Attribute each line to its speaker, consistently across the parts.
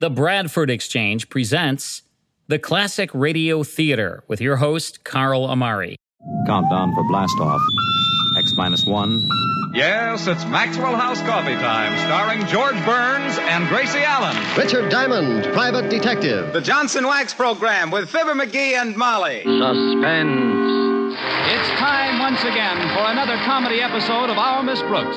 Speaker 1: The Bradford Exchange presents the Classic Radio Theater with your host, Carl Amari.
Speaker 2: Countdown for blastoff. X minus one.
Speaker 3: Yes, it's Maxwell House Coffee Time, starring George Burns and Gracie Allen.
Speaker 4: Richard Diamond, private detective.
Speaker 3: The Johnson Wax Program with Fibber McGee and Molly.
Speaker 5: Suspense.
Speaker 3: It's time once again for another comedy episode of Our Miss Brooks.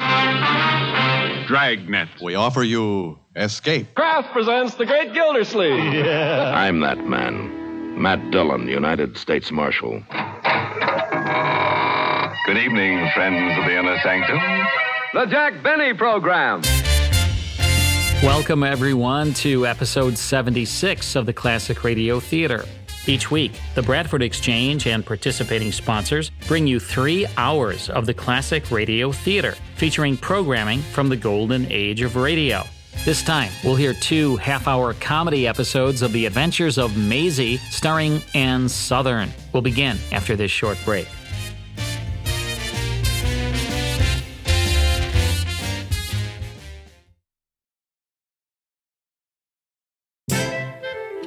Speaker 6: Dragnet.
Speaker 7: We offer you escape.
Speaker 8: Kraft presents The Great Gildersleeve.
Speaker 5: I'm that man. Matt Dillon, United States Marshal.
Speaker 6: Good evening, friends of the inner sanctum.
Speaker 8: The Jack Benny Program.
Speaker 1: Welcome, everyone, to episode 76 of the Classic Radio Theater. Each week, the Bradford Exchange and participating sponsors bring you three hours of the Classic Radio Theater, featuring programming from the golden age of radio. This time, we'll hear two half hour comedy episodes of The Adventures of Maisie, starring Ann Southern. We'll begin after this short break.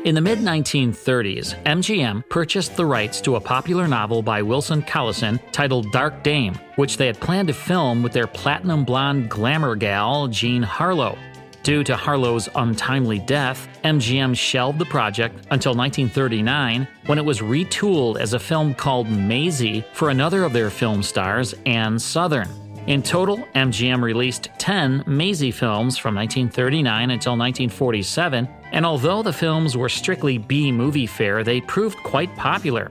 Speaker 1: In the mid 1930s, MGM purchased the rights to a popular novel by Wilson Collison titled Dark Dame, which they had planned to film with their platinum blonde glamour gal, Jean Harlow. Due to Harlow's untimely death, MGM shelved the project until 1939 when it was retooled as a film called Maisie for another of their film stars, Anne Southern. In total, MGM released 10 Maisie films from 1939 until 1947, and although the films were strictly B movie fare, they proved quite popular.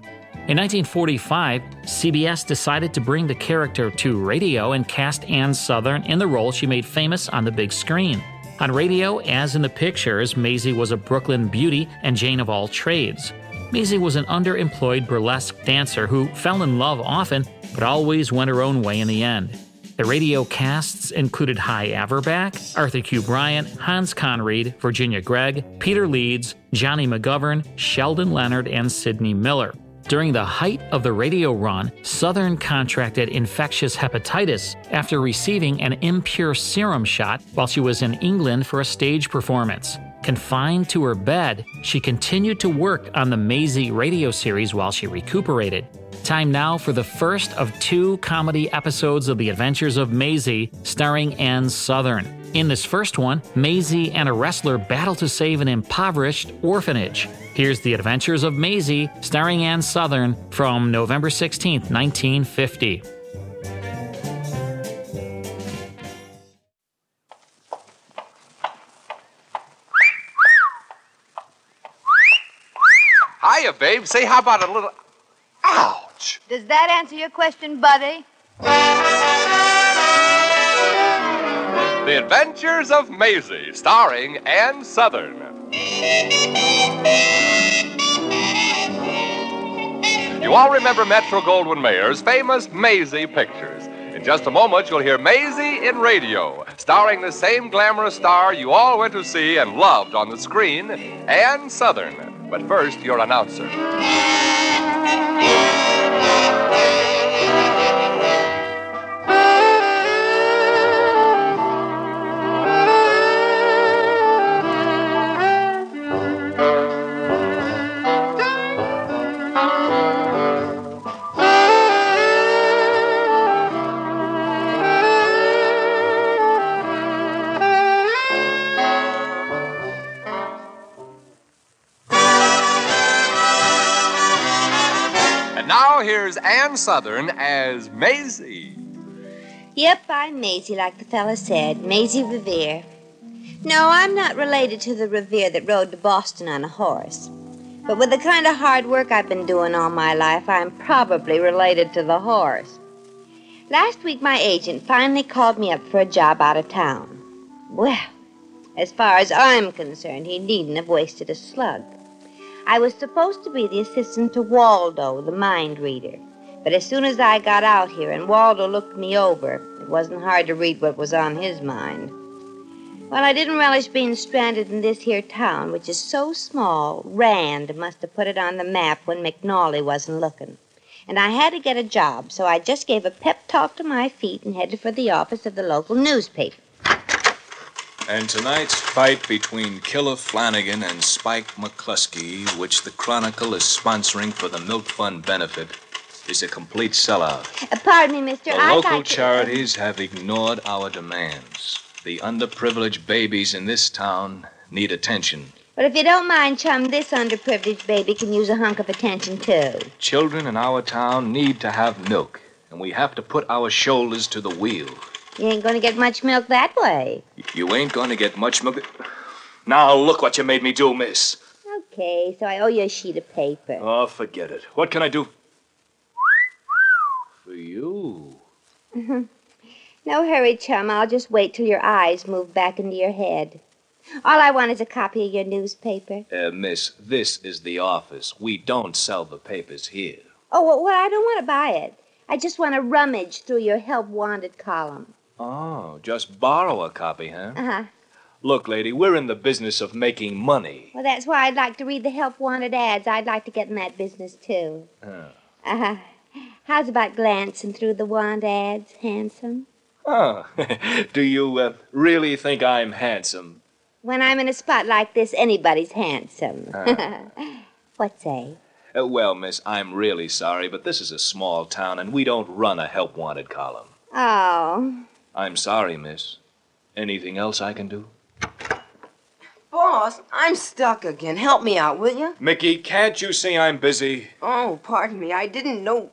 Speaker 1: In 1945, CBS decided to bring the character to radio and cast Ann Southern in the role she made famous on the big screen. On radio, as in the pictures, Maisie was a Brooklyn beauty and Jane of all trades. Maisie was an underemployed burlesque dancer who fell in love often, but always went her own way in the end. The radio casts included High Averback, Arthur Q. Bryant, Hans Conried, Virginia Gregg, Peter Leeds, Johnny McGovern, Sheldon Leonard, and Sidney Miller. During the height of the radio run, Southern contracted infectious hepatitis after receiving an impure serum shot while she was in England for a stage performance. Confined to her bed, she continued to work on the Maisie radio series while she recuperated. Time now for the first of two comedy episodes of The Adventures of Maisie, starring Ann Southern. In this first one, Maisie and a wrestler battle to save an impoverished orphanage. Here's The Adventures of Maisie, starring Ann Southern, from November 16, 1950.
Speaker 9: Hiya, babe. Say, how about a little. Ouch!
Speaker 10: Does that answer your question, Buddy?
Speaker 9: The Adventures of Maisie, starring Ann Southern. You all remember Metro Goldwyn Mayer's famous Maisie pictures. In just a moment, you'll hear Maisie in radio, starring the same glamorous star you all went to see and loved on the screen, Ann Southern. But first, your announcer. And now here's Ann Southern as Maisie.
Speaker 10: Yep, I'm Maisie, like the fella said. Maisie Revere. No, I'm not related to the Revere that rode to Boston on a horse. But with the kind of hard work I've been doing all my life, I'm probably related to the horse. Last week, my agent finally called me up for a job out of town. Well, as far as I'm concerned, he needn't have wasted a slug. I was supposed to be the assistant to Waldo, the mind reader. But as soon as I got out here and Waldo looked me over, it wasn't hard to read what was on his mind. Well, I didn't relish being stranded in this here town, which is so small, Rand must have put it on the map when McNally wasn't looking. And I had to get a job, so I just gave a pep talk to my feet and headed for the office of the local newspaper.
Speaker 11: And tonight's fight between Killer Flanagan and Spike McCluskey, which the Chronicle is sponsoring for the Milk Fund benefit, is a complete sellout.
Speaker 10: Uh, pardon me, Mister.
Speaker 11: The
Speaker 10: I'd
Speaker 11: local
Speaker 10: like to-
Speaker 11: charities have ignored our demands. The underprivileged babies in this town need attention.
Speaker 10: Well, if you don't mind, chum, this underprivileged baby can use a hunk of attention too.
Speaker 11: Children in our town need to have milk, and we have to put our shoulders to the wheel.
Speaker 10: You ain't gonna get much milk that way.
Speaker 11: You ain't going to get much milk. Now, look what you made me do, miss.
Speaker 10: Okay, so I owe you a sheet of paper.
Speaker 11: Oh, forget it. What can I do? For you.
Speaker 10: no hurry, chum. I'll just wait till your eyes move back into your head. All I want is a copy of your newspaper.
Speaker 11: Uh, miss, this is the office. We don't sell the papers here.
Speaker 10: Oh, well, well I don't want to buy it. I just want to rummage through your help wanted column.
Speaker 11: Oh, just borrow a copy, huh?
Speaker 10: Uh huh.
Speaker 11: Look, lady, we're in the business of making money.
Speaker 10: Well, that's why I'd like to read the help wanted ads. I'd like to get in that business, too.
Speaker 11: Huh.
Speaker 10: Uh huh. How's about glancing through the want ads, handsome?
Speaker 11: Oh, do you uh, really think I'm handsome?
Speaker 10: When I'm in a spot like this, anybody's handsome.
Speaker 12: Uh.
Speaker 11: Ah.
Speaker 10: what say?
Speaker 11: Uh, well, miss, I'm really sorry, but this is a small town and we don't run a help wanted column.
Speaker 10: Oh.
Speaker 11: I'm sorry, miss. Anything else I can do?
Speaker 12: Boss, I'm stuck again. Help me out, will you?
Speaker 11: Mickey, can't you see I'm busy?
Speaker 12: Oh, pardon me. I didn't know.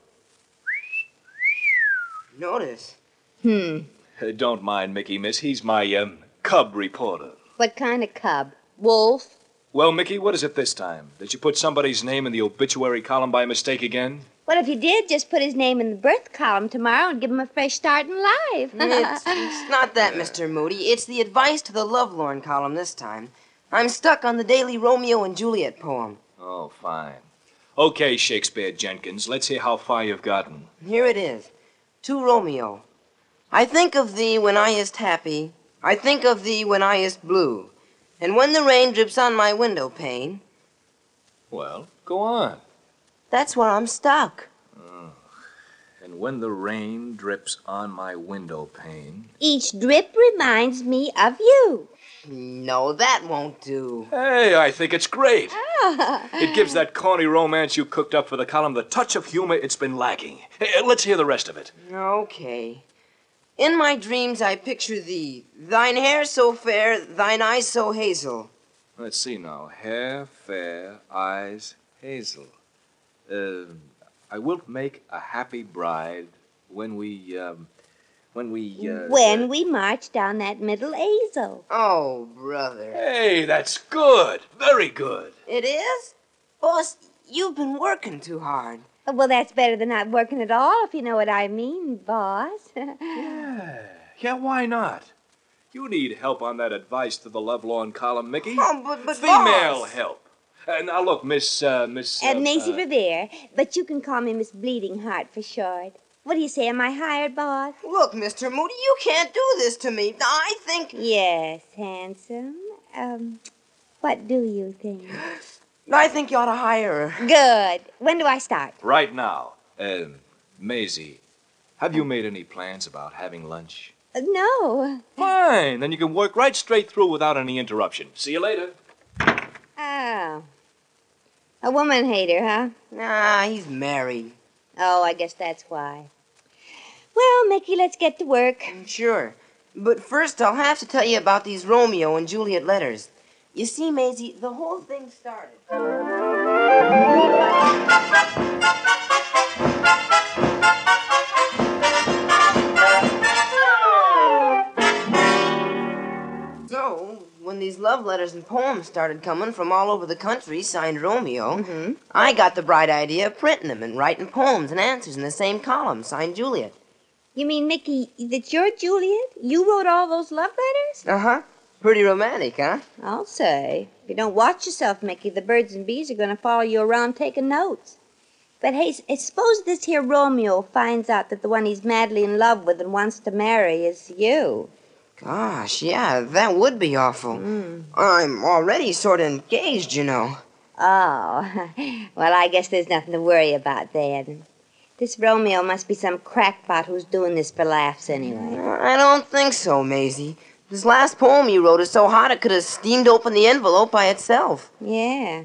Speaker 12: Notice.
Speaker 10: Hmm.
Speaker 11: Uh, don't mind Mickey, miss. He's my um, cub reporter.
Speaker 10: What kind of cub? Wolf?
Speaker 11: Well, Mickey, what is it this time? Did you put somebody's name in the obituary column by mistake again?
Speaker 10: Well, if you did, just put his name in the birth column tomorrow and give him a fresh start in life.
Speaker 12: It's, it's not that, Mr. Moody. It's the advice to the lovelorn column this time. I'm stuck on the daily Romeo and Juliet poem.
Speaker 11: Oh, fine. Okay, Shakespeare Jenkins, let's hear how far you've gotten.
Speaker 12: Here it is. To Romeo. I think of thee when I is happy. I think of thee when I is blue. And when the rain drips on my window pane,
Speaker 11: Well, go on.
Speaker 12: that's where I'm stuck.
Speaker 11: And when the rain drips on my window pane.
Speaker 10: Each drip reminds me of you.
Speaker 12: No, that won't do.
Speaker 11: Hey, I think it's great.
Speaker 10: Ah.
Speaker 11: It gives that corny romance you cooked up for the column the touch of humor it's been lacking. Hey, uh, let's hear the rest of it.
Speaker 12: Okay. In my dreams I picture thee, thine hair so fair, thine eyes so hazel.
Speaker 11: Let's see now. Hair fair, eyes hazel. Uh, I will make a happy bride when we, um, when we. Uh,
Speaker 10: When we march down that middle aisle.
Speaker 12: Oh, brother.
Speaker 11: Hey, that's good. Very good.
Speaker 12: It is? Boss, you've been working too hard.
Speaker 10: Uh, Well, that's better than not working at all, if you know what I mean, boss.
Speaker 11: yeah. Yeah, why not? You need help on that advice to the Lovelorn column, Mickey.
Speaker 12: Oh, but, but
Speaker 11: Female
Speaker 12: boss.
Speaker 11: help. Uh, now look, Miss uh, Miss.
Speaker 10: And Maisie
Speaker 11: uh,
Speaker 10: Revere, but you can call me Miss Bleeding Heart for short. What do you say? Am I hired, boss?
Speaker 12: Look, Mr. Moody, you can't do this to me. I think.
Speaker 10: Yes, handsome. Um, what do you think?
Speaker 12: I think you ought to hire her.
Speaker 10: Good. When do I start?
Speaker 11: right now, um, Maisie, have you made any plans about having lunch?
Speaker 10: Uh, No.
Speaker 11: Fine. Then you can work right straight through without any interruption. See you later.
Speaker 10: Oh. A woman hater, huh?
Speaker 12: Nah, he's married.
Speaker 10: Oh, I guess that's why. Well, Mickey, let's get to work.
Speaker 12: Mm, Sure. But first, I'll have to tell you about these Romeo and Juliet letters. You see, Maisie, the whole thing started. So, when these love letters and poems started coming from all over the country signed Romeo, I got the bright idea of printing them and writing poems and answers in the same column signed Juliet.
Speaker 10: You mean, Mickey, that you're Juliet? You wrote all those love letters?
Speaker 12: Uh huh. Pretty romantic, huh?
Speaker 10: I'll say. If you don't watch yourself, Mickey, the birds and bees are going to follow you around taking notes. But hey, s- eh, suppose this here Romeo finds out that the one he's madly in love with and wants to marry is you.
Speaker 12: Gosh, yeah, that would be awful. I'm already sort of engaged, you know.
Speaker 10: Oh, well, I guess there's nothing to worry about then. This Romeo must be some crackpot who's doing this for laughs anyway.
Speaker 12: I don't think so, Maisie. This last poem you wrote is so hot it could have steamed open the envelope by itself.
Speaker 10: Yeah.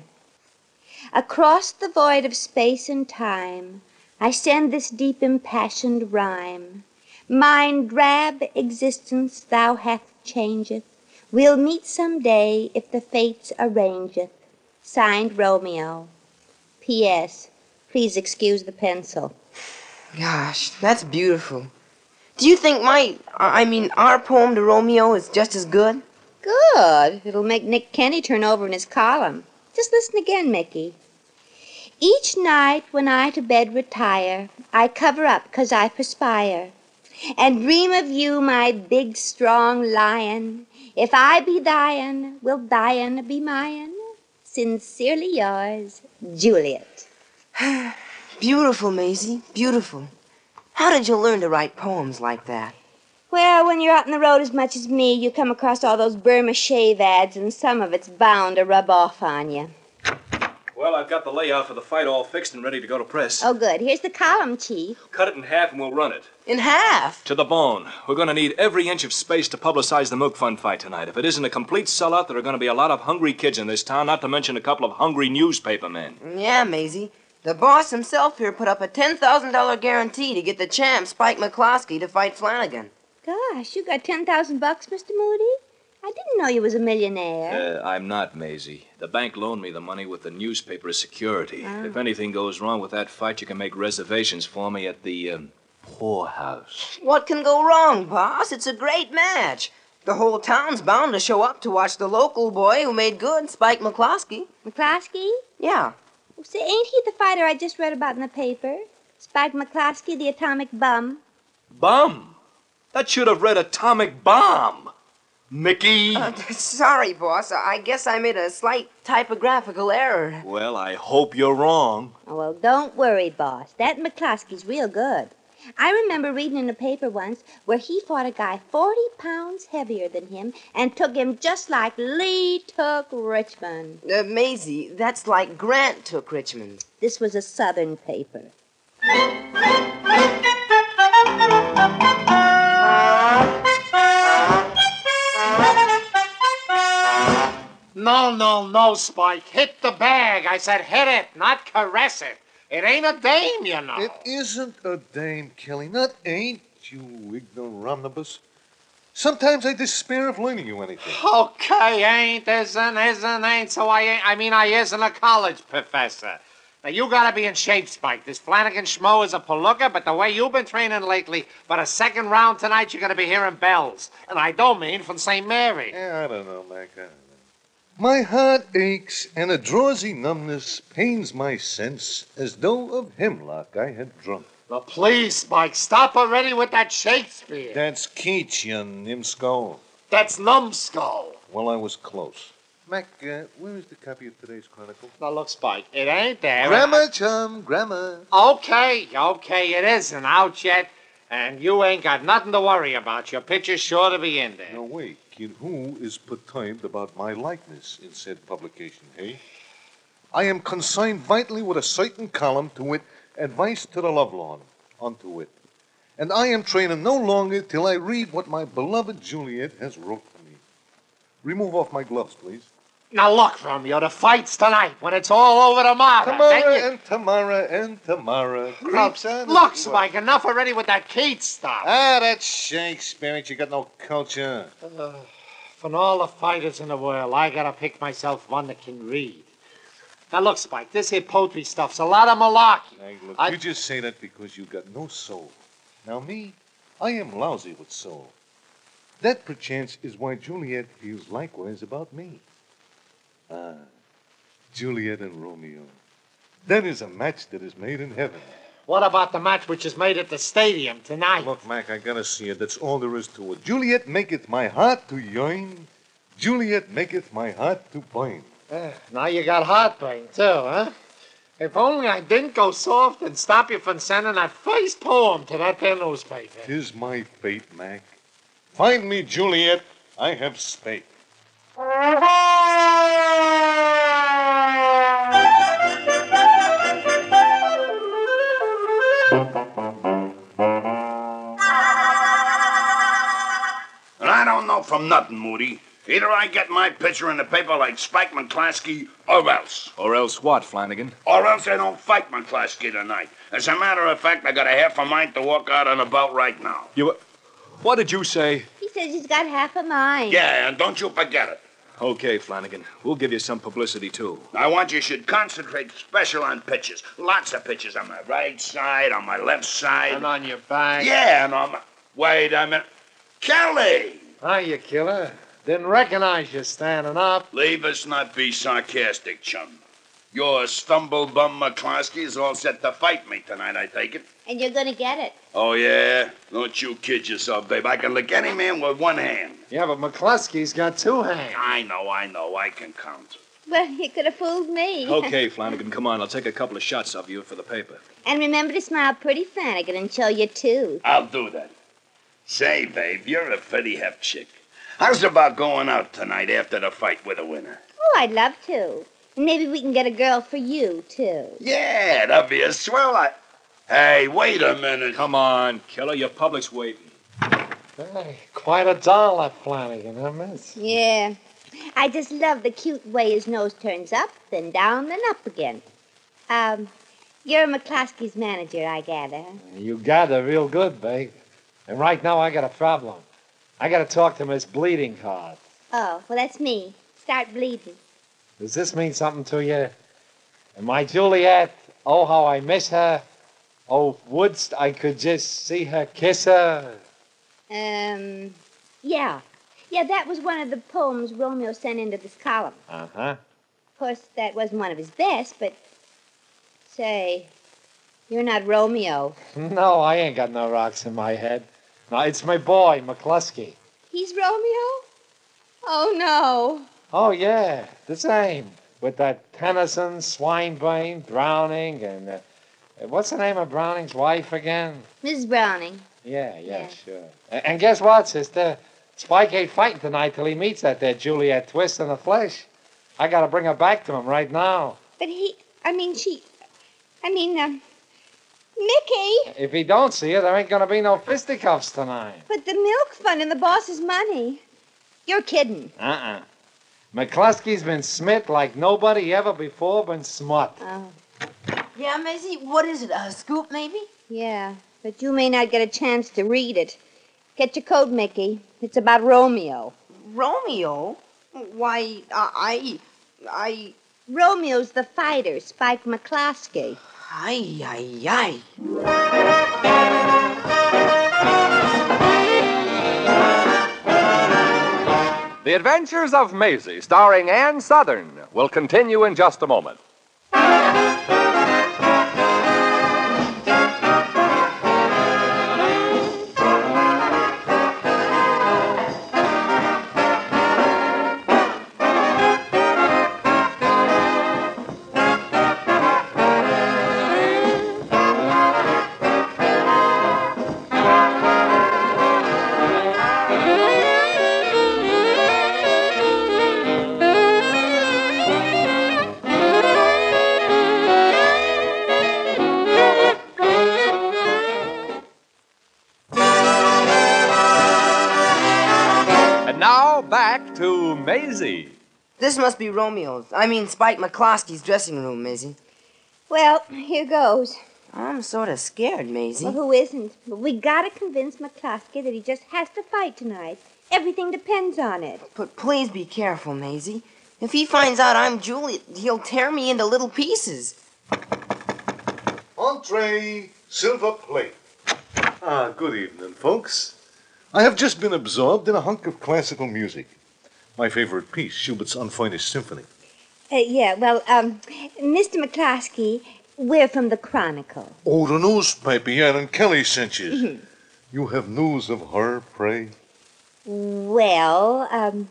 Speaker 10: Across the void of space and time, I send this deep impassioned rhyme. Mine drab existence thou hath changeth. We'll meet some day if the fates arrangeth. Signed Romeo. P.S. Please excuse the pencil.
Speaker 12: Gosh, that's beautiful. Do you think my, I mean, our poem to Romeo is just as good?
Speaker 10: Good. It'll make Nick Kenny turn over in his column. Just listen again, Mickey. Each night when I to bed retire, I cover up 'cause I perspire, and dream of you, my big strong lion. If I be thine, will thine be mine? Sincerely yours, Juliet.
Speaker 12: Beautiful, Maisie. Beautiful. How did you learn to write poems like that?
Speaker 10: Well, when you're out on the road as much as me, you come across all those Burma shave ads, and some of it's bound to rub off on you.
Speaker 11: Well, I've got the layout for the fight all fixed and ready to go to press.
Speaker 10: Oh, good. Here's the column, Chief.
Speaker 11: Cut it in half and we'll run it.
Speaker 12: In half?
Speaker 11: To the bone. We're going to need every inch of space to publicize the Milk Fund fight tonight. If it isn't a complete sellout, there are going to be a lot of hungry kids in this town, not to mention a couple of hungry newspaper men.
Speaker 12: Yeah, Maisie. The boss himself here put up a $10,000 guarantee to get the champ, Spike McCloskey, to fight Flanagan.
Speaker 10: Gosh, you got 10,000 bucks, Mr. Moody? I didn't know you was a millionaire.
Speaker 11: Uh, I'm not, Maisie. The bank loaned me the money with the newspaper as security.
Speaker 10: Ah.
Speaker 11: If anything goes wrong with that fight, you can make reservations for me at the um, poorhouse.
Speaker 12: What can go wrong, boss? It's a great match. The whole town's bound to show up to watch the local boy who made good, Spike McCloskey.
Speaker 10: McCloskey?
Speaker 12: Yeah.
Speaker 10: Say, ain't he the fighter I just read about in the paper? Spike McCloskey, the atomic bum.
Speaker 11: Bum! That should have read Atomic Bomb! Mickey!
Speaker 12: Uh, sorry, boss. I guess I made a slight typographical error.
Speaker 11: well, I hope you're wrong.
Speaker 10: Oh, well, don't worry, boss. That McCloskey's real good. I remember reading in the paper once where he fought a guy 40 pounds heavier than him and took him just like Lee took Richmond.
Speaker 12: Uh, Maisie, that's like Grant took Richmond.
Speaker 10: This was a Southern paper.
Speaker 13: No, no, no, Spike. Hit the bag. I said hit it, not caress it. It ain't a dame, you know.
Speaker 14: It isn't a dame, Kelly. Not ain't, you ignoramus. Sometimes I despair of learning you anything.
Speaker 13: Okay, ain't, isn't, isn't, ain't, so I ain't. I mean, I isn't a college professor. Now, you gotta be in shape, Spike. This Flanagan schmo is a palooka, but the way you've been training lately, but a second round tonight, you're gonna be hearing bells. And I don't mean from St. Mary.
Speaker 14: Yeah, I don't know, Mac. I don't know. My heart aches, and a drowsy numbness pains my sense as though of hemlock I had drunk.
Speaker 13: Now, please, Spike, stop already with that Shakespeare.
Speaker 14: That's Keats, you nimskull.
Speaker 13: That's numbskull.
Speaker 14: Well, I was close. Mac, uh, where is the copy of today's Chronicle?
Speaker 13: Now, look, Spike, it ain't there.
Speaker 14: Grammar, chum, grammar.
Speaker 13: Okay, okay, it isn't out yet, and you ain't got nothing to worry about. Your picture's sure to be in there.
Speaker 14: Now, wait, kid, who is perturbed about my likeness in said publication, hey? I am consigned vitally with a certain column to wit, advice to the lovelorn, unto it. And I am training no longer till I read what my beloved Juliet has wrote to me. Remove off my gloves, please.
Speaker 13: Now look, Romeo, the fight's tonight. When it's all over tomorrow, then
Speaker 14: Tamara
Speaker 13: Ah, you-
Speaker 14: and Tamara and Tamara.
Speaker 13: Now,
Speaker 14: Creeps on
Speaker 13: look,
Speaker 14: the-
Speaker 13: Spike, enough already with that Keats stuff.
Speaker 14: Ah, that's Shakespeare. ain't You got no culture.
Speaker 13: Uh, from all the fighters in the world, I gotta pick myself one that can read. Now look, Spike, this here poetry stuff's a lot of malarkey.
Speaker 14: Hey, look,
Speaker 13: I-
Speaker 14: you just say that because you got no soul. Now, me, I am lousy with soul. That, perchance, is why Juliet feels likewise about me. Ah, Juliet and Romeo. That is a match that is made in heaven.
Speaker 13: What about the match which is made at the stadium tonight?
Speaker 14: Look, Mac, I gotta see it. That's all there is to it. Juliet maketh my heart to yearn. Juliet maketh my heart to pine.
Speaker 13: Uh, now you got heartburn, too, huh? If only I didn't go soft and stop you from sending that first poem to that there newspaper.
Speaker 14: Tis my fate, Mac. Find me, Juliet. I have spake.
Speaker 6: And I don't know
Speaker 15: all from nothing, Moody. Either I get my picture in the paper like Spike McClaskey, or else.
Speaker 11: Or else what, Flanagan?
Speaker 15: Or else I don't fight McClaskey tonight. As a matter of fact, I got a half a mind to walk out on the belt right now.
Speaker 11: You. What did you say?
Speaker 10: He says he's got half a mind.
Speaker 15: Yeah, and don't you forget it.
Speaker 11: Okay, Flanagan. We'll give you some publicity, too.
Speaker 15: I want you should concentrate special on pitches. Lots of pitches on my right side, on my left side.
Speaker 16: And on your back.
Speaker 15: Yeah, and on my. Wait a minute. Kelly!
Speaker 16: Hi, you killer. Didn't recognize you standing up.
Speaker 15: Leave us not be sarcastic, chum. Your stumble-bum McCloskey is all set to fight me tonight, I take it.
Speaker 10: And you're going to get it.
Speaker 15: Oh, yeah? Don't you kid yourself, babe. I can lick any man with one hand.
Speaker 16: Yeah, but McCluskey's got two hands.
Speaker 15: I know, I know. I can count.
Speaker 10: Well, you could have fooled me.
Speaker 11: Okay, Flanagan, come on. I'll take a couple of shots of you for the paper.
Speaker 10: And remember to smile pretty, Flanagan, and show your tooth.
Speaker 15: I'll do that. Say, babe, you're a pretty hep chick. How's about going out tonight after the fight with a winner?
Speaker 10: Oh, I'd love to. And maybe we can get a girl for you, too.
Speaker 15: Yeah, that'd be a swell. I... Hey, wait a minute.
Speaker 11: Come on, killer. Your public's waiting.
Speaker 16: Hey, quite a doll, that Flanagan, I miss.
Speaker 10: Yeah. I just love the cute way his nose turns up, then down, then up again. Um, you're McCloskey's manager, I gather.
Speaker 16: You gather real good, babe. And right now I got a problem. I gotta talk to Miss Bleeding Heart.
Speaker 10: Oh, well, that's me. Start bleeding.
Speaker 16: Does this mean something to you? And my Juliet, oh, how I miss her. Oh, wouldst I could just see her kiss her.
Speaker 10: Um, yeah. Yeah, that was one of the poems Romeo sent into this column.
Speaker 16: Uh huh.
Speaker 10: Of course, that wasn't one of his best, but say, you're not Romeo.
Speaker 16: No, I ain't got no rocks in my head. No, it's my boy, McCluskey.
Speaker 10: He's Romeo? Oh, no.
Speaker 16: Oh, yeah, the same. With that Tennyson, Swinburne, Browning, and uh, what's the name of Browning's wife again?
Speaker 10: Mrs. Browning.
Speaker 16: Yeah, yeah,
Speaker 10: Yeah.
Speaker 16: sure. A- And guess what, sister? Spike ain't fighting tonight till he meets that there Juliet Twist in the flesh. I gotta bring her back to him right now.
Speaker 10: But he, I mean, she, I mean, um, Mickey
Speaker 16: If he don't see her, there ain't gonna be no fisticuffs tonight.
Speaker 10: put the milk fund in the boss's money. You're kidding.
Speaker 16: Uh-uh. McCluskey's been smit like nobody ever before been smut.
Speaker 10: Oh,
Speaker 12: Yeah, Maisie, what is it? A scoop, maybe?
Speaker 10: yeah, but you may not get a chance to read it. Get your coat, Mickey. It's about Romeo.
Speaker 12: Romeo? Why, I. I.
Speaker 10: Romeo's the fighter, Spike McCloskey.
Speaker 12: Ay, ay, ay.
Speaker 9: The Adventures of Maisie, starring Ann Southern, will continue in just a moment. And now back to Maisie.
Speaker 12: This must be Romeo's. I mean, Spike McCloskey's dressing room, Maisie.
Speaker 10: Well, here goes.
Speaker 12: I'm sort of scared, Maisie.
Speaker 10: Well, who isn't? But we gotta convince McCloskey that he just has to fight tonight. Everything depends on it.
Speaker 12: But please be careful, Maisie. If he finds out I'm Juliet, he'll tear me into little pieces.
Speaker 14: Entree, silver plate. Ah, good evening, folks. I have just been absorbed in a hunk of classical music. My favorite piece, Schubert's Unfinished Symphony.
Speaker 10: Uh, yeah, well, um, Mr. McCloskey, we're from the Chronicle.
Speaker 14: Oh, the newspaper Aaron Kelly sent you.
Speaker 12: Mm-hmm.
Speaker 14: You have news of her, pray?
Speaker 10: Well, um,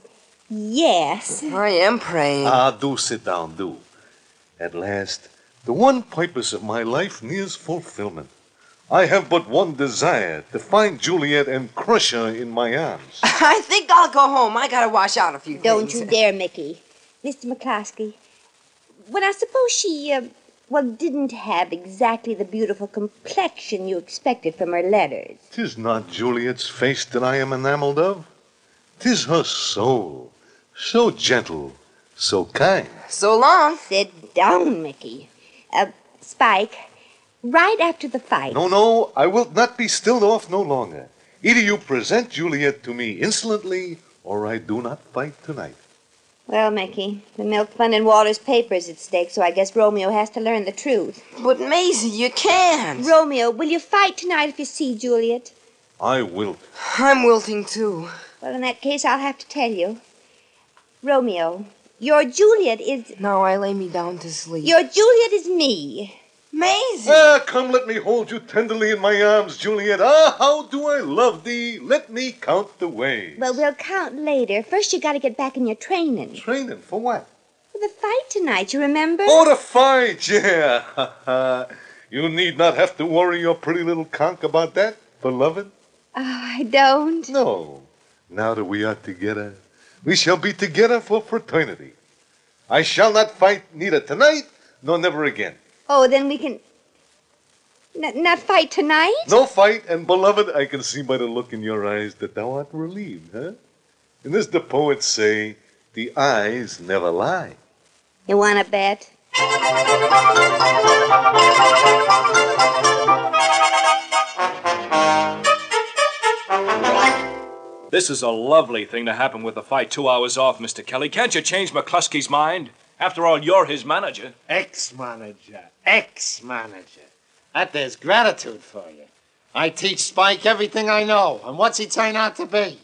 Speaker 10: yes.
Speaker 12: I am praying.
Speaker 14: Ah, do sit down, do. At last, the one purpose of my life nears fulfillment. I have but one desire to find Juliet and crush her in my arms.
Speaker 12: I think I'll go home. I gotta wash out a few
Speaker 10: Don't
Speaker 12: things.
Speaker 10: you dare, Mickey. Mr. McCloskey, well, I suppose she, uh, well, didn't have exactly the beautiful complexion you expected from her letters.
Speaker 14: Tis not Juliet's face that I am enamored of. Tis her soul, so gentle, so kind.
Speaker 10: So long. Sit down, Mickey. Uh, Spike, right after the fight.
Speaker 14: No, no, I will not be stilled off no longer. Either you present Juliet to me insolently, or I do not fight tonight.
Speaker 10: Well, Mickey, the milk fund and Walter's paper is at stake, so I guess Romeo has to learn the truth.
Speaker 12: But, Maisie, you can't.
Speaker 10: Romeo, will you fight tonight if you see Juliet?
Speaker 14: I will.
Speaker 12: I'm wilting, too.
Speaker 10: Well, in that case, I'll have to tell you. Romeo, your Juliet is.
Speaker 12: Now I lay me down to sleep.
Speaker 10: Your Juliet is me. Uh,
Speaker 12: Maisie!
Speaker 14: Ah, come, let me hold you tenderly in my arms, Juliet. Ah, how do I love thee? Let me count the ways.
Speaker 10: Well, we'll count later. First, you gotta get back in your training.
Speaker 14: Training for what?
Speaker 10: For the fight tonight, you remember?
Speaker 14: Oh, the fight, yeah. you need not have to worry your pretty little conch about that, beloved.
Speaker 10: Oh, I don't.
Speaker 14: No. Now that we are together, we shall be together for fraternity. I shall not fight neither tonight nor never again.
Speaker 10: Oh, then we can. N- not fight tonight?
Speaker 14: No fight, and beloved, I can see by the look in your eyes that thou art relieved, huh? And as the poets say, the eyes never lie.
Speaker 10: You wanna bet?
Speaker 17: This is a lovely thing to happen with the fight two hours off, Mr. Kelly. Can't you change McCluskey's mind? After all, you're his manager.
Speaker 16: Ex manager.
Speaker 13: Eh,
Speaker 16: Ex manager. That there's gratitude for you. I teach Spike everything I know, and what's he turn out to be?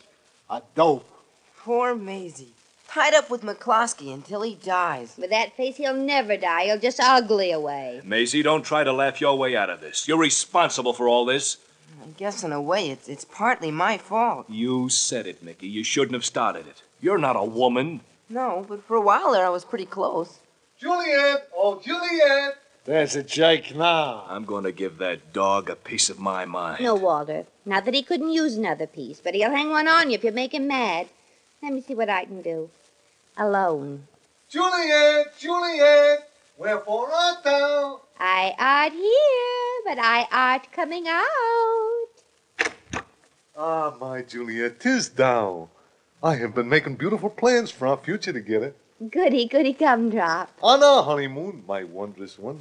Speaker 16: A dope.
Speaker 12: Poor Maisie. Tied up with McCloskey until he dies.
Speaker 10: With that face, he'll never die. He'll just ugly away.
Speaker 17: Maisie, don't try to laugh your way out of this. You're responsible for all this.
Speaker 12: I guess in a way, it's, it's partly my fault.
Speaker 17: You said it, Mickey. You shouldn't have started it. You're not a woman.
Speaker 12: No, but for a while there, I was pretty close.
Speaker 14: Juliet! Oh, Juliet!
Speaker 16: There's a Jake now.
Speaker 17: I'm going to give that dog a piece of my mind.
Speaker 10: No, Walter. Not that he couldn't use another piece, but he'll hang one on you if you make him mad. Let me see what I can do. Alone.
Speaker 14: Juliet! Juliet! Wherefore art thou?
Speaker 10: I art here, but I art coming out.
Speaker 14: Ah, my Juliet, tis thou. I have been making beautiful plans for our future together.
Speaker 10: Goody, goody gumdrop.
Speaker 14: On our honeymoon, my wondrous one,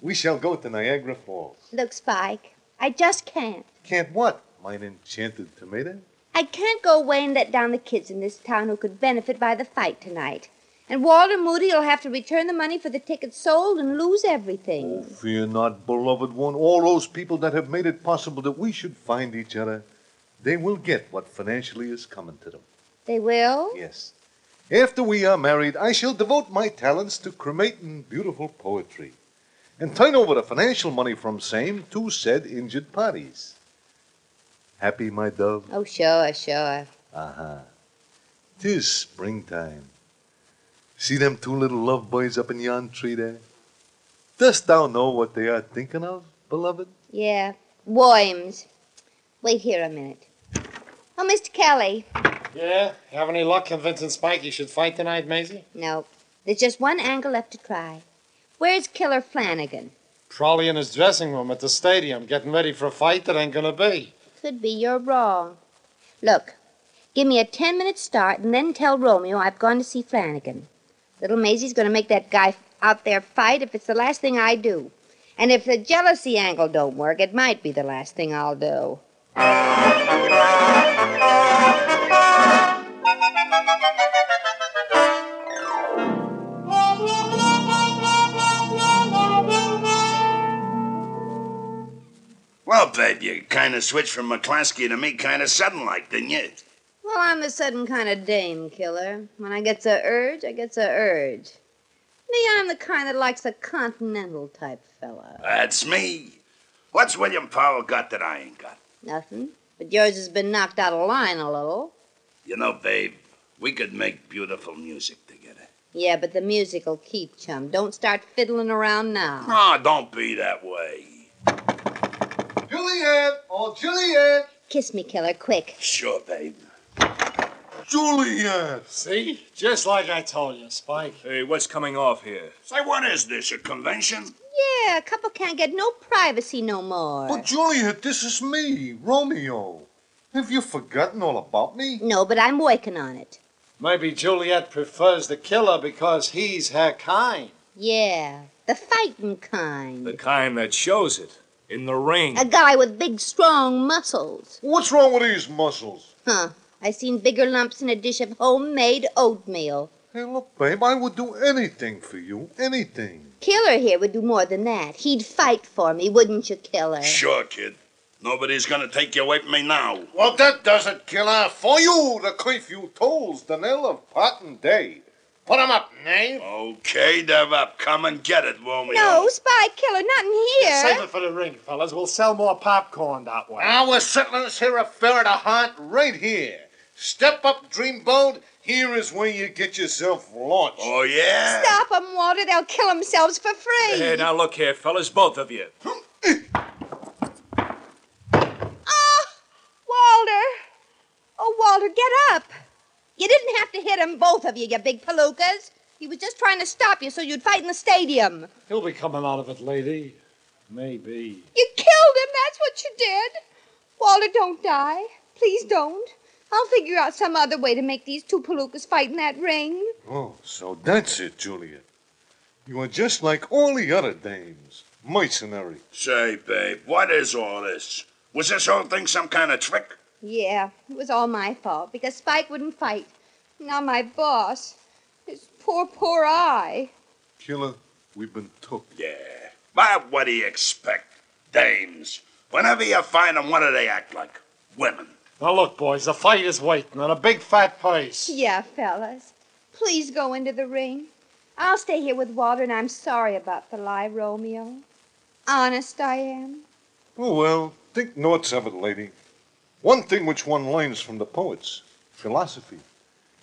Speaker 14: we shall go to Niagara Falls.
Speaker 10: Look, Spike, I just can't.
Speaker 14: Can't what, mine enchanted tomato?
Speaker 10: I can't go away and let down the kids in this town who could benefit by the fight tonight. And Walter Moody will have to return the money for the tickets sold and lose everything.
Speaker 14: Oh, fear not, beloved one. All those people that have made it possible that we should find each other, they will get what financially is coming to them.
Speaker 10: They will?
Speaker 14: Yes. After we are married, I shall devote my talents to cremating beautiful poetry and turn over the financial money from same to said injured parties. Happy, my dove?
Speaker 10: Oh, sure, sure.
Speaker 14: Uh-huh. Tis springtime. See them two little love boys up in yon tree there? Dost thou know what they are thinking of, beloved?
Speaker 10: Yeah. Worms. Wait here a minute. Oh, Mr. Kelly.
Speaker 16: Yeah? Have any luck convincing Spike he should fight tonight, Maisie?
Speaker 10: No. There's just one angle left to try. Where's Killer Flanagan?
Speaker 16: Probably in his dressing room at the stadium, getting ready for a fight that ain't gonna be.
Speaker 10: Could be you're wrong. Look, give me a ten minute start and then tell Romeo I've gone to see Flanagan. Little Maisie's gonna make that guy out there fight if it's the last thing I do. And if the jealousy angle don't work, it might be the last thing I'll do.
Speaker 15: Well, babe, you kind of switched from McCloskey to me kind of sudden like, didn't you?
Speaker 10: Well, I'm the sudden kind of dame killer. When I gets a urge, I gets a urge. Me, I'm the kind that likes a continental type fella.
Speaker 15: That's me. What's William Powell got that I ain't got?
Speaker 10: Nothing. But yours has been knocked out of line a little.
Speaker 15: You know, babe, we could make beautiful music together.
Speaker 10: Yeah, but the music'll keep, chum. Don't start fiddling around now.
Speaker 15: Oh, don't be that way.
Speaker 14: Juliet! Oh, Juliet!
Speaker 10: Kiss me, killer, quick.
Speaker 15: Sure, babe.
Speaker 14: Juliet!
Speaker 16: See? Just like I told you, Spike.
Speaker 17: Hey, what's coming off here?
Speaker 15: Say, what is this, a convention?
Speaker 10: Yeah, a couple can't get no privacy no more.
Speaker 14: But Juliet, this is me, Romeo. Have you forgotten all about me?
Speaker 10: No, but I'm working on it.
Speaker 16: Maybe Juliet prefers the killer because he's her kind.
Speaker 10: Yeah, the fighting kind.
Speaker 17: The kind that shows it in the ring.
Speaker 10: A guy with big, strong muscles.
Speaker 14: What's wrong with these muscles?
Speaker 10: Huh. I seen bigger lumps in a dish of homemade oatmeal.
Speaker 14: Hey, look, babe, I would do anything for you. Anything.
Speaker 10: Killer here would do more than that. He'd fight for me, wouldn't you, Killer?
Speaker 15: Sure, kid. Nobody's gonna take you away from me now.
Speaker 14: Well, that does it, killer. For you, the curfew tolls the knell of pot and day. Put 'em up, knave.
Speaker 15: Okay, Dev up. Come and get it, Romeo.
Speaker 10: No, Spy Killer, not in here.
Speaker 16: Save it for the ring, fellas. We'll sell more popcorn that way.
Speaker 14: Now we're settling this here affair at a heart right here. Step up, Dreamboat. Here is where you get yourself launched.
Speaker 15: Oh, yeah?
Speaker 10: Stop 'em, Walter. They'll kill themselves for free.
Speaker 17: Hey, now look here, fellas, both of you.
Speaker 10: Walter! Oh, Walter, get up! You didn't have to hit him, both of you, you big palookas. He was just trying to stop you so you'd fight in the stadium.
Speaker 16: He'll be coming out of it, lady. Maybe.
Speaker 10: You killed him, that's what you did. Walter, don't die. Please don't. I'll figure out some other way to make these two palookas fight in that ring.
Speaker 14: Oh, so that's it, Juliet. You are just like all the other dames. Mercenary.
Speaker 15: Say, babe, what is all this? Was this whole thing some kind of trick?
Speaker 10: Yeah, it was all my fault because Spike wouldn't fight. Now my boss, his poor, poor eye.
Speaker 14: Killer, we've been took.
Speaker 15: Yeah. Bob, what do you expect? Dames. Whenever you find 'em, what do they act like? Women.
Speaker 16: Now look, boys, the fight is waiting on a big fat place.
Speaker 10: Yeah, fellas. Please go into the ring. I'll stay here with Walter, and I'm sorry about the lie, Romeo. Honest, I am.
Speaker 14: Oh, well, think noughts of it, lady. One thing which one learns from the poets philosophy.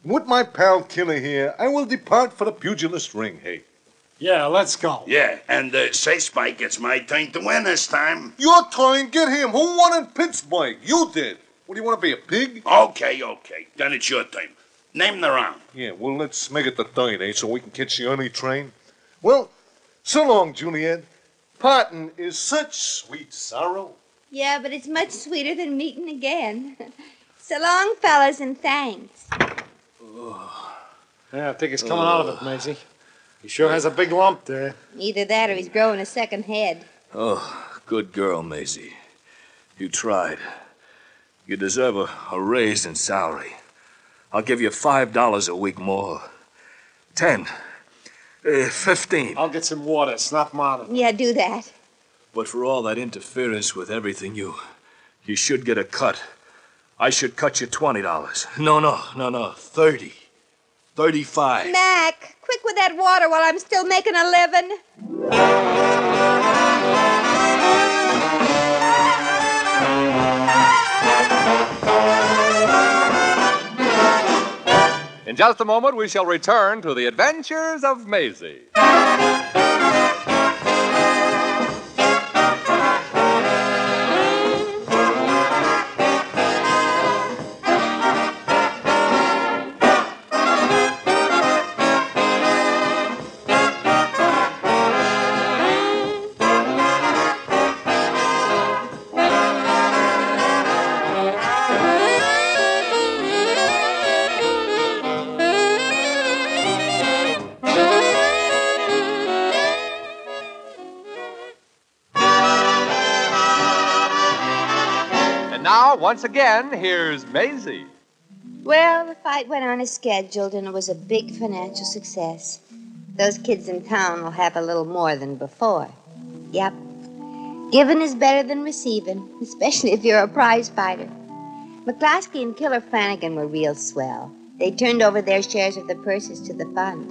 Speaker 14: With my pal Killer here, I will depart for the pugilist ring, hey?
Speaker 16: Yeah, let's go.
Speaker 15: Yeah, and uh, say, Spike, it's my turn to win this time.
Speaker 14: Your turn, get him. Who won in Pittsburgh? You did. What do you want to be, a pig?
Speaker 15: Okay, okay. Then it's your turn. Name the round.
Speaker 14: Yeah, well, let's make it the third, eh, so we can catch the early train. Well, so long, Juliet. Parting is such sweet sorrow.
Speaker 10: Yeah, but it's much sweeter than meeting again. so long, fellas, and thanks.
Speaker 16: Yeah, I think it's coming out of it, Maisie. He sure has a big lump there.
Speaker 10: Either that or he's growing a second head.
Speaker 18: Oh, good girl, Maisie. You tried. You deserve a, a raise in salary. I'll give you five dollars a week more. Ten. Eh, Fifteen.
Speaker 16: I'll get some water, snap Martin.
Speaker 10: Yeah, do that.
Speaker 18: But for all that interference with everything, you you should get a cut. I should cut you twenty dollars. No, no, no, no. Thirty. Thirty-five.
Speaker 10: Mac, quick with that water while I'm still making a living.
Speaker 9: In just a moment, we shall return to the adventures of Maisie. And now, once again, here's Maisie.
Speaker 10: Well, the fight went on as scheduled, and it was a big financial success. Those kids in town will have a little more than before. Yep. Giving is better than receiving, especially if you're a prize fighter. McCloskey and Killer Flanagan were real swell. They turned over their shares of the purses to the fund.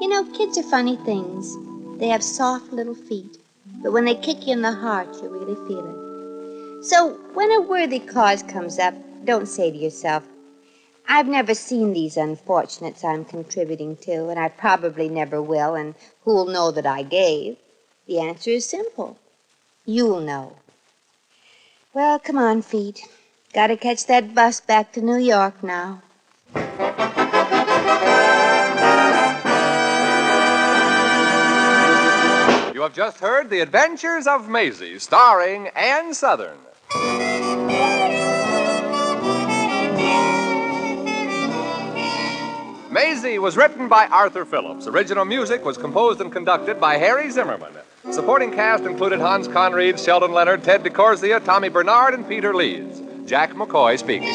Speaker 10: You know, kids are funny things. They have soft little feet, but when they kick you in the heart, you really feel it. So, when a worthy cause comes up, don't say to yourself, I've never seen these unfortunates I'm contributing to, and I probably never will, and who'll know that I gave? The answer is simple you'll know. Well, come on, feet. Gotta catch that bus back to New York now.
Speaker 9: You have just heard The Adventures of Maisie, starring Ann Southern. Maisie was written by Arthur Phillips. Original music was composed and conducted by Harry Zimmerman. Supporting cast included Hans Conried, Sheldon Leonard, Ted DeCorzia, Tommy Bernard, and Peter Leeds. Jack McCoy speaking.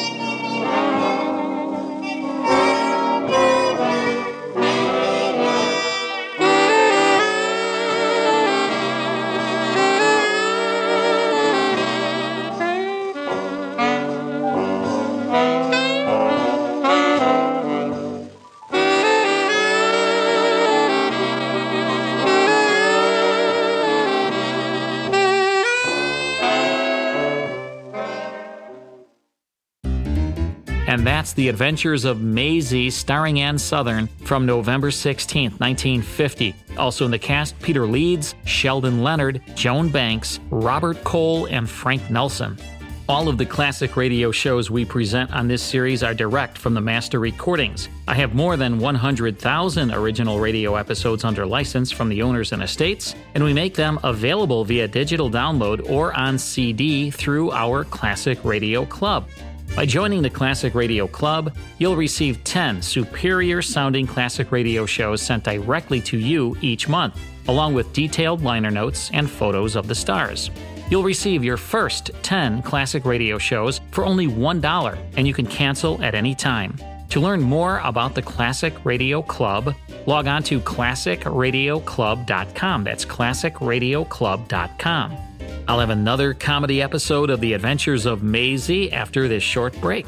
Speaker 1: And that's The Adventures of Maisie, starring Ann Southern, from November 16, 1950. Also in the cast, Peter Leeds, Sheldon Leonard, Joan Banks, Robert Cole, and Frank Nelson. All of the classic radio shows we present on this series are direct from the master recordings. I have more than 100,000 original radio episodes under license from the owners and estates, and we make them available via digital download or on CD through our Classic Radio Club. By joining the Classic Radio Club, you'll receive 10 superior sounding classic radio shows sent directly to you each month, along with detailed liner notes and photos of the stars. You'll receive your first 10 classic radio shows for only $1, and you can cancel at any time. To learn more about the Classic Radio Club, log on to classicradioclub.com. That's classicradioclub.com. I'll have another comedy episode of The Adventures of Maisie after this short break.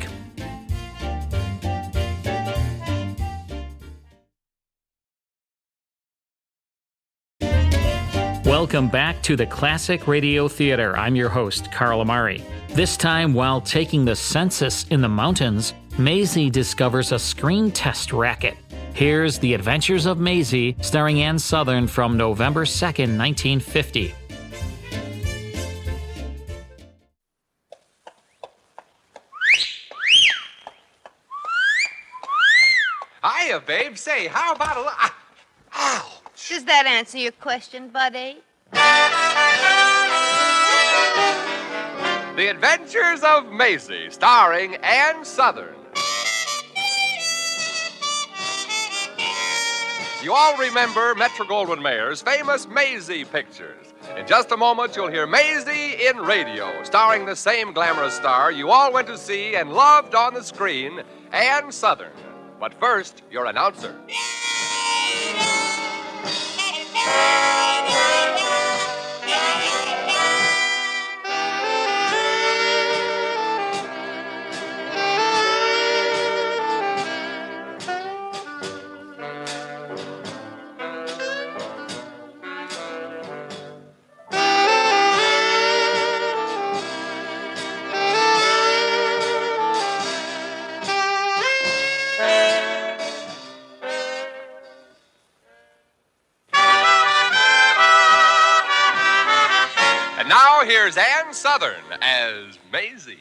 Speaker 1: Welcome back to the Classic Radio Theater. I'm your host, Carl Amari. This time, while taking the census in the mountains, Maisie discovers a screen test racket. Here's The Adventures of Maisie, starring Ann Southern from November 2nd, 1950.
Speaker 9: Hiya, babe. Say, how about a. li- Ah,
Speaker 10: Does that answer your question, buddy?
Speaker 9: The Adventures of Maisie, starring Ann Southern. You all remember Metro Goldwyn Mayer's famous Maisie pictures. In just a moment, you'll hear Maisie in radio, starring the same glamorous star you all went to see and loved on the screen, Ann Southern. But first, your announcer. And now here's Ann Southern as Maisie.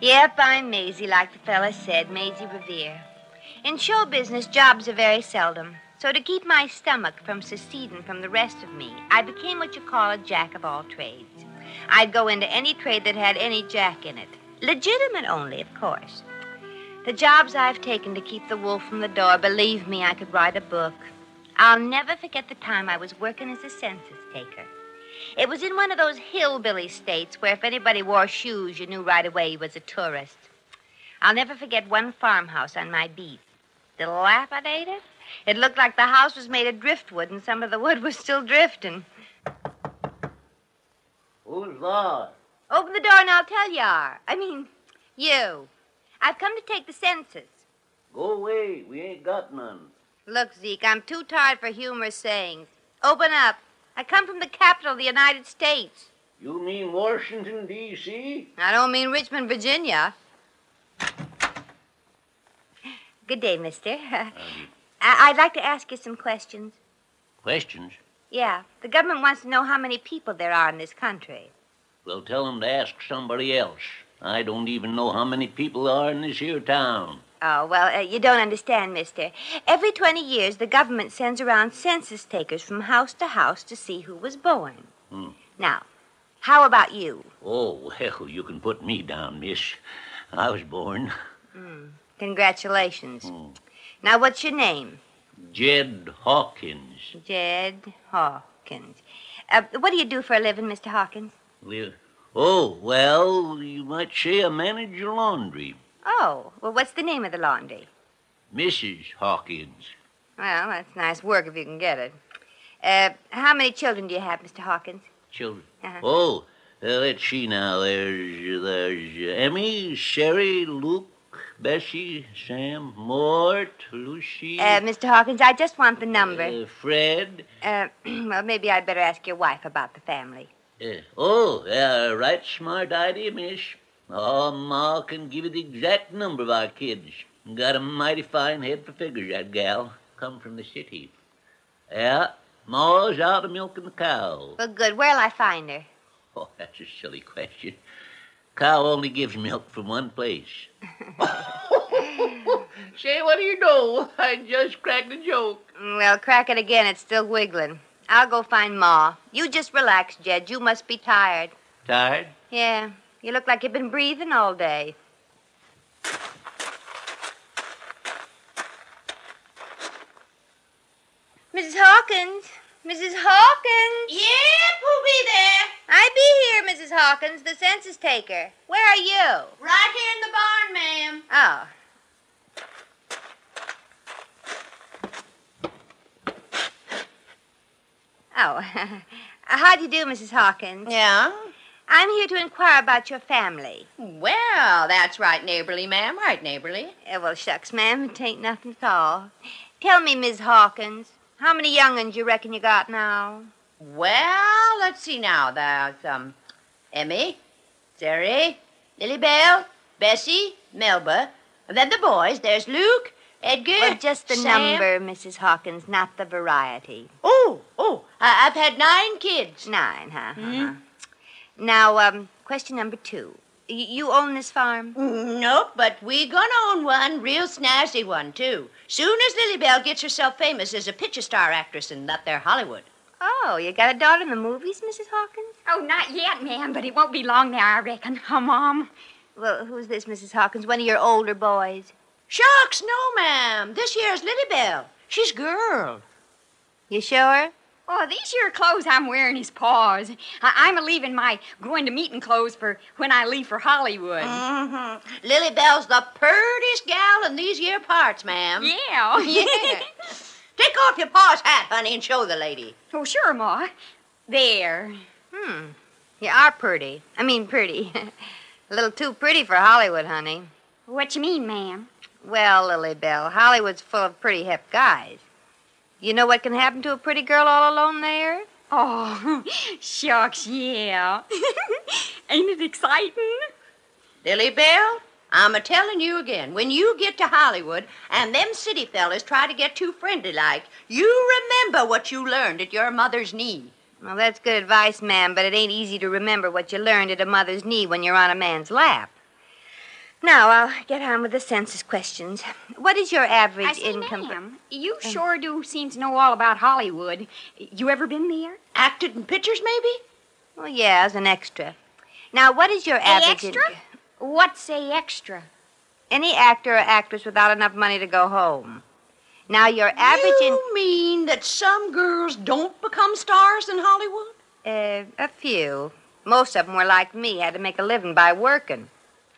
Speaker 10: Yep, I'm Maisie, like the fella said, Maisie Revere. In show business, jobs are very seldom. So to keep my stomach from seceding from the rest of me, I became what you call a jack of all trades. I'd go into any trade that had any jack in it. Legitimate only, of course. The jobs I've taken to keep the wolf from the door, believe me, I could write a book. I'll never forget the time I was working as a census taker. It was in one of those hillbilly states where if anybody wore shoes, you knew right away he was a tourist. I'll never forget one farmhouse on my beat. Dilapidated? It looked like the house was made of driftwood and some of the wood was still drifting.
Speaker 19: Oh, Lord.
Speaker 10: Open the door and I'll tell you are. I mean, you. I've come to take the census.
Speaker 19: Go away. We ain't got none.
Speaker 10: Look, Zeke, I'm too tired for humorous sayings. Open up. I come from the capital of the United States.
Speaker 19: You mean Washington, D.C.?
Speaker 10: I don't mean Richmond, Virginia. Good day, mister. I- I'd like to ask you some questions.
Speaker 19: Questions?
Speaker 10: Yeah, the government wants to know how many people there are in this country.
Speaker 19: Well, tell 'em to ask somebody else. I don't even know how many people are in this here town.
Speaker 10: Oh, well, uh, you don't understand, mister. Every 20 years, the government sends around census takers from house to house to see who was born.
Speaker 19: Hmm.
Speaker 10: Now, how about you?
Speaker 19: Oh, well, you can put me down, miss. I was born.
Speaker 10: Mm, Congratulations. Now, what's your name?
Speaker 19: Jed Hawkins
Speaker 10: Jed Hawkins. Uh, what do you do for a living, Mr. Hawkins?
Speaker 19: live. Oh, well, you might say I manage your laundry.
Speaker 10: Oh, well, what's the name of the laundry?
Speaker 19: Mrs. Hawkins.
Speaker 10: Well, that's nice work if you can get it. Uh, how many children do you have, Mr. Hawkins?
Speaker 19: Children.
Speaker 10: Uh-huh.
Speaker 19: Oh, uh, let's see now. There's, there's uh, Emmy, Sherry, Luke, Bessie, Sam, Mort, Lucy, uh,
Speaker 10: Uh, Mr. Hawkins, I just want the number.
Speaker 19: Fred.
Speaker 10: Uh, well, maybe I'd better ask your wife about the family.
Speaker 19: Uh, oh, uh, right smart idea, miss. Oh, Ma can give you the exact number of our kids. Got a mighty fine head for figures, that gal. Come from the city. Yeah, Ma's out a milking the cow.
Speaker 10: Well, good. Where'll I find her?
Speaker 19: Oh, that's a silly question. Cow only gives milk from one place. Say, what do you know? I just cracked a joke.
Speaker 10: Mm, Well, crack it again. It's still wiggling. I'll go find Ma. You just relax, Jed. You must be tired.
Speaker 19: Tired?
Speaker 10: Yeah. You look like you've been breathing all day. Mrs. Hawkins? Mrs. Hawkins? Yep, who'll be there? I be here, Mrs. Hawkins, the census taker. Where are you?
Speaker 20: Right here in the barn, ma'am.
Speaker 10: Oh. Oh. How do you do, Mrs. Hawkins?
Speaker 20: Yeah?
Speaker 10: I'm here to inquire about your family.
Speaker 20: Well, that's right neighborly, ma'am. Right neighborly.
Speaker 10: Eh, well, shucks, ma'am, it ain't nothing at all. Tell me, Miss Hawkins, how many young'uns you reckon you got now?
Speaker 20: Well, let's see now. There's um, Emmy, Jerry, Lily Bell, Bessie, Melba, and then the boys. There's Luke, Edgar.
Speaker 10: Well, just the
Speaker 20: Sam.
Speaker 10: number, Mrs. Hawkins, not the variety.
Speaker 20: Oh, oh, I- I've had nine kids. Hmm?
Speaker 10: Nine, huh? huh Now, um, question number two. Y- you own this farm?
Speaker 20: Nope, but we gonna own one, real snazzy one too. Soon as Lily Bell gets herself famous as a picture star actress in that there Hollywood.
Speaker 10: Oh, you got a daughter in the movies, Mrs. Hawkins?
Speaker 21: Oh, not yet, ma'am, but it won't be long now, I reckon. Huh, Mom?
Speaker 10: Well, who's this, Mrs. Hawkins? One of your older boys?
Speaker 20: Shucks, no, ma'am. This here's Lily Bell. She's girl.
Speaker 10: You sure?
Speaker 21: Oh, these here clothes I'm wearing is paws. I- I'm a leaving my going to meeting clothes for when I leave for Hollywood.
Speaker 20: Mm-hmm. Lily Bell's the purtiest gal in these here parts, ma'am.
Speaker 21: Yeah.
Speaker 20: yeah. Take off your pa's hat, honey, and show the lady.
Speaker 21: Oh, sure, Ma. There.
Speaker 10: Hmm. You are pretty. I mean, pretty. a little too pretty for Hollywood, honey.
Speaker 21: What you mean, ma'am?
Speaker 10: Well, Lily Bell, Hollywood's full of pretty hip guys. You know what can happen to a pretty girl all alone there?
Speaker 21: Oh, shucks, yeah. Ain't it exciting?
Speaker 20: Lily Bell, I'm a telling you again, when you get to Hollywood and them city fellas try to get too friendly like, you remember what you learned at your mother's knee.
Speaker 10: Well, that's good advice, ma'am, but it ain't easy to remember what you learned at a mother's knee when you're on a man's lap. Now, I'll get on with the census questions. What is your average
Speaker 21: I see,
Speaker 10: income? Oh. for-
Speaker 21: ma'am. You sure do seem to know all about Hollywood. You ever been there?
Speaker 20: Acted in pictures, maybe?
Speaker 10: Well, yeah, as an extra. Now, what is your
Speaker 21: A
Speaker 10: average
Speaker 21: extra?
Speaker 10: in-
Speaker 21: What's a extra?
Speaker 10: Any actor or actress without enough money to go home. Now, your average in-
Speaker 20: You mean that some girls don't become stars in Hollywood?
Speaker 10: Uh, a few. Most of them were like me, had to make a living by working.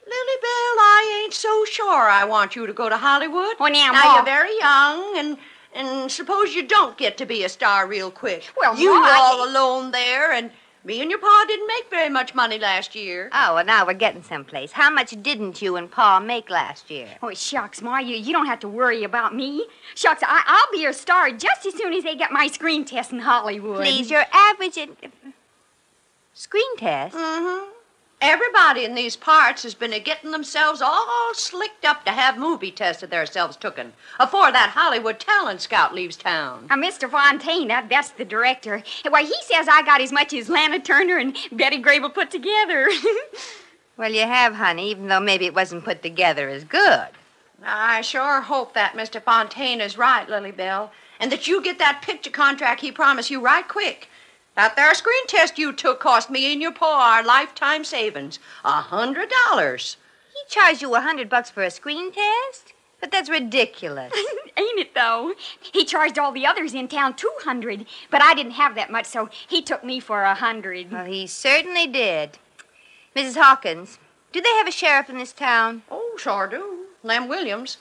Speaker 20: Lily Bell, I ain't so sure I want you to go to Hollywood.
Speaker 21: Oh, now,
Speaker 20: now
Speaker 21: Ma.
Speaker 20: you're very young, and and suppose you don't get to be a star real quick.
Speaker 21: Well,
Speaker 20: you
Speaker 21: Ma,
Speaker 20: were
Speaker 21: I-
Speaker 20: all alone there, and me and your pa didn't make very much money last year.
Speaker 10: Oh, well, now we're getting someplace. How much didn't you and Pa make last year?
Speaker 21: Oh, shucks, Ma, you, you don't have to worry about me. Shucks, I, I'll be your star just as soon as they get my screen test in Hollywood.
Speaker 10: Please, your average in- screen test.
Speaker 20: Mm-hmm. Everybody in these parts has been a getting themselves all slicked up to have movie tests of theirselves tooken afore that Hollywood talent scout leaves town.
Speaker 21: Uh, Mr. Fontaine, that, that's the director. Why, he says I got as much as Lana Turner and Betty Grable put together.
Speaker 10: Well, you have, honey, even though maybe it wasn't put together as good.
Speaker 20: I sure hope that Mr. Fontaine is right, Lily Bell, and that you get that picture contract he promised you right quick. That there screen test you took cost me and your pa our lifetime savings. A hundred dollars.
Speaker 10: He charged you a hundred bucks for a screen test? But that's ridiculous.
Speaker 22: Ain't it though? He charged all the others in town 200, but I didn't have that much, so he took me for a 100.
Speaker 10: Well, he certainly did. Mrs. Hawkins, do they have a sheriff in this town?
Speaker 20: Oh, sure do. Lamb Williams.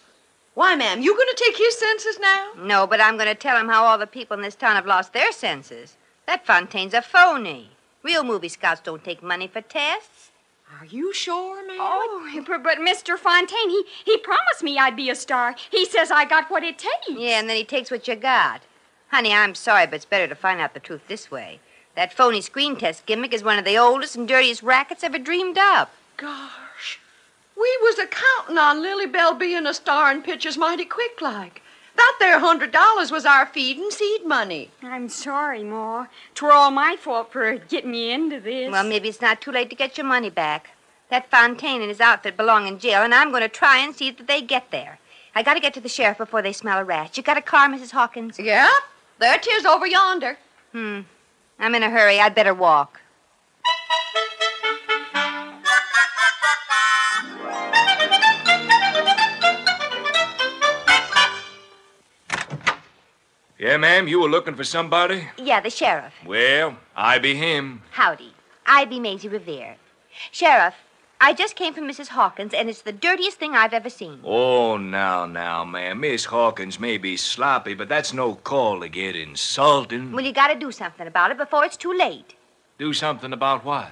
Speaker 20: Why, ma'am, you gonna take his senses now?
Speaker 10: No, but I'm going to tell him how all the people in this town have lost their senses. That Fontaine's a phony. Real movie scouts don't take money for tests.
Speaker 20: Are you sure, ma'am?
Speaker 22: Oh, but, but Mr. Fontaine, he, he promised me I'd be a star. He says I got what it takes.
Speaker 10: Yeah, and then he takes what you got. Honey, I'm sorry, but it's better to find out the truth this way. That phony screen test gimmick is one of the oldest and dirtiest rackets ever dreamed up.
Speaker 20: Gosh. We was a counting on Lily Bell being a star in pictures mighty quick like. That there hundred dollars was our feed and seed money.
Speaker 22: I'm sorry, Ma. Twere all my fault for getting me into this.
Speaker 10: Well, maybe it's not too late to get your money back. That Fontaine and his outfit belong in jail, and I'm going to try and see that they get there. I got to get to the sheriff before they smell a rat. You got a car, Mrs. Hawkins?
Speaker 20: Yeah, there it is over yonder.
Speaker 10: Hmm. I'm in a hurry. I'd better walk.
Speaker 6: Yeah, ma'am, you were looking for somebody?
Speaker 10: Yeah, the sheriff.
Speaker 6: Well, I be him.
Speaker 10: Howdy. I be Maisie Revere. Sheriff, I just came from Mrs. Hawkins, and it's the dirtiest thing I've ever seen.
Speaker 11: Oh, now, now, ma'am. Miss Hawkins may be sloppy, but that's no call to get insulting.
Speaker 10: Well, you got to do something about it before it's too late.
Speaker 11: Do something about what?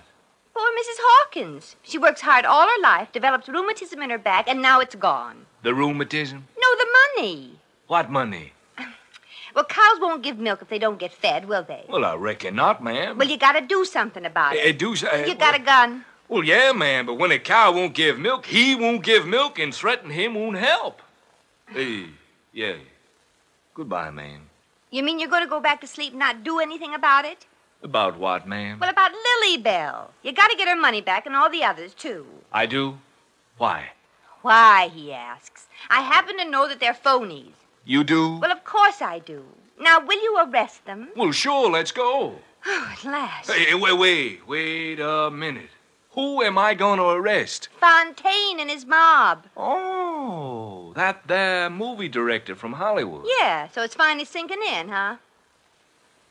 Speaker 10: Poor Mrs. Hawkins. She works hard all her life, develops rheumatism in her back, and now it's gone.
Speaker 11: The rheumatism?
Speaker 10: No, the money.
Speaker 11: What money?
Speaker 10: Well, cows won't give milk if they don't get fed, will they?
Speaker 11: Well, I reckon not, ma'am.
Speaker 10: Well, you got to do something about it.
Speaker 11: Eh, do so- eh,
Speaker 10: you got a gun?
Speaker 11: Well, yeah, ma'am, but when a cow won't give milk, he won't give milk, and threaten him won't help. Hey, yeah. Goodbye, ma'am.
Speaker 10: You mean you're going to go back to sleep and not do anything about it?
Speaker 11: About what, ma'am?
Speaker 10: What about Lily Bell? You got to get her money back and all the others, too.
Speaker 11: I do? Why?
Speaker 10: Why, he asks. I happen to know that they're phonies.
Speaker 11: You do?
Speaker 10: Well, of course I do. Now, will you arrest them?
Speaker 11: Well, sure, let's go.
Speaker 10: Oh, at last.
Speaker 11: Hey, wait, wait, wait a minute. Who am I going to arrest?
Speaker 10: Fontaine and his mob.
Speaker 11: Oh, that there movie director from Hollywood.
Speaker 10: Yeah, so it's finally sinking in, huh?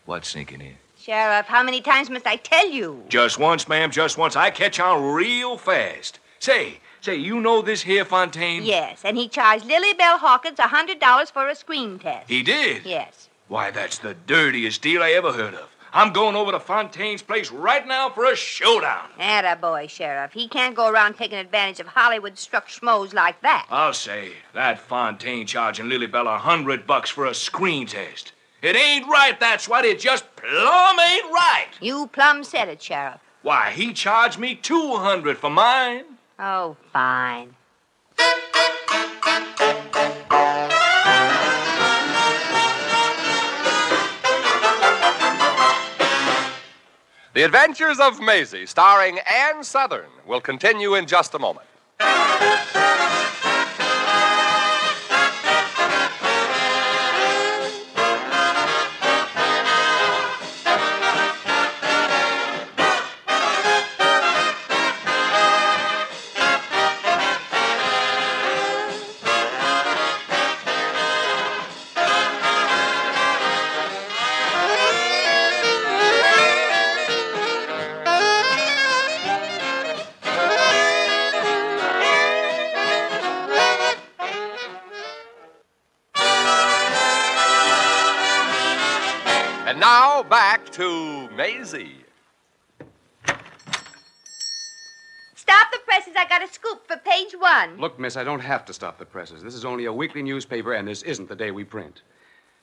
Speaker 11: What's sinking in?
Speaker 10: Sheriff, how many times must I tell you?
Speaker 11: Just once, ma'am, just once. I catch on real fast. Say, say, you know this here Fontaine?
Speaker 10: Yes, and he charged Lily Bell Hawkins a $100 for a screen test.
Speaker 11: He did?
Speaker 10: Yes.
Speaker 11: Why, that's the dirtiest deal I ever heard of. I'm going over to Fontaine's place right now for a showdown.
Speaker 10: Attaboy, Sheriff. He can't go around taking advantage of Hollywood struck schmoes like that.
Speaker 11: I'll say, that Fontaine charging Lily Bell a hundred bucks for a screen test. It ain't right, that's what. It just plumb ain't right.
Speaker 10: You plumb said it, Sheriff.
Speaker 11: Why, he charged me 200 for mine.
Speaker 10: Oh, fine.
Speaker 9: The Adventures of Maisie, starring Ann Southern, will continue in just a moment. And now back to Maisie.
Speaker 10: Stop the presses. I got a scoop for page one.
Speaker 23: Look, miss, I don't have to stop the presses. This is only a weekly newspaper, and this isn't the day we print.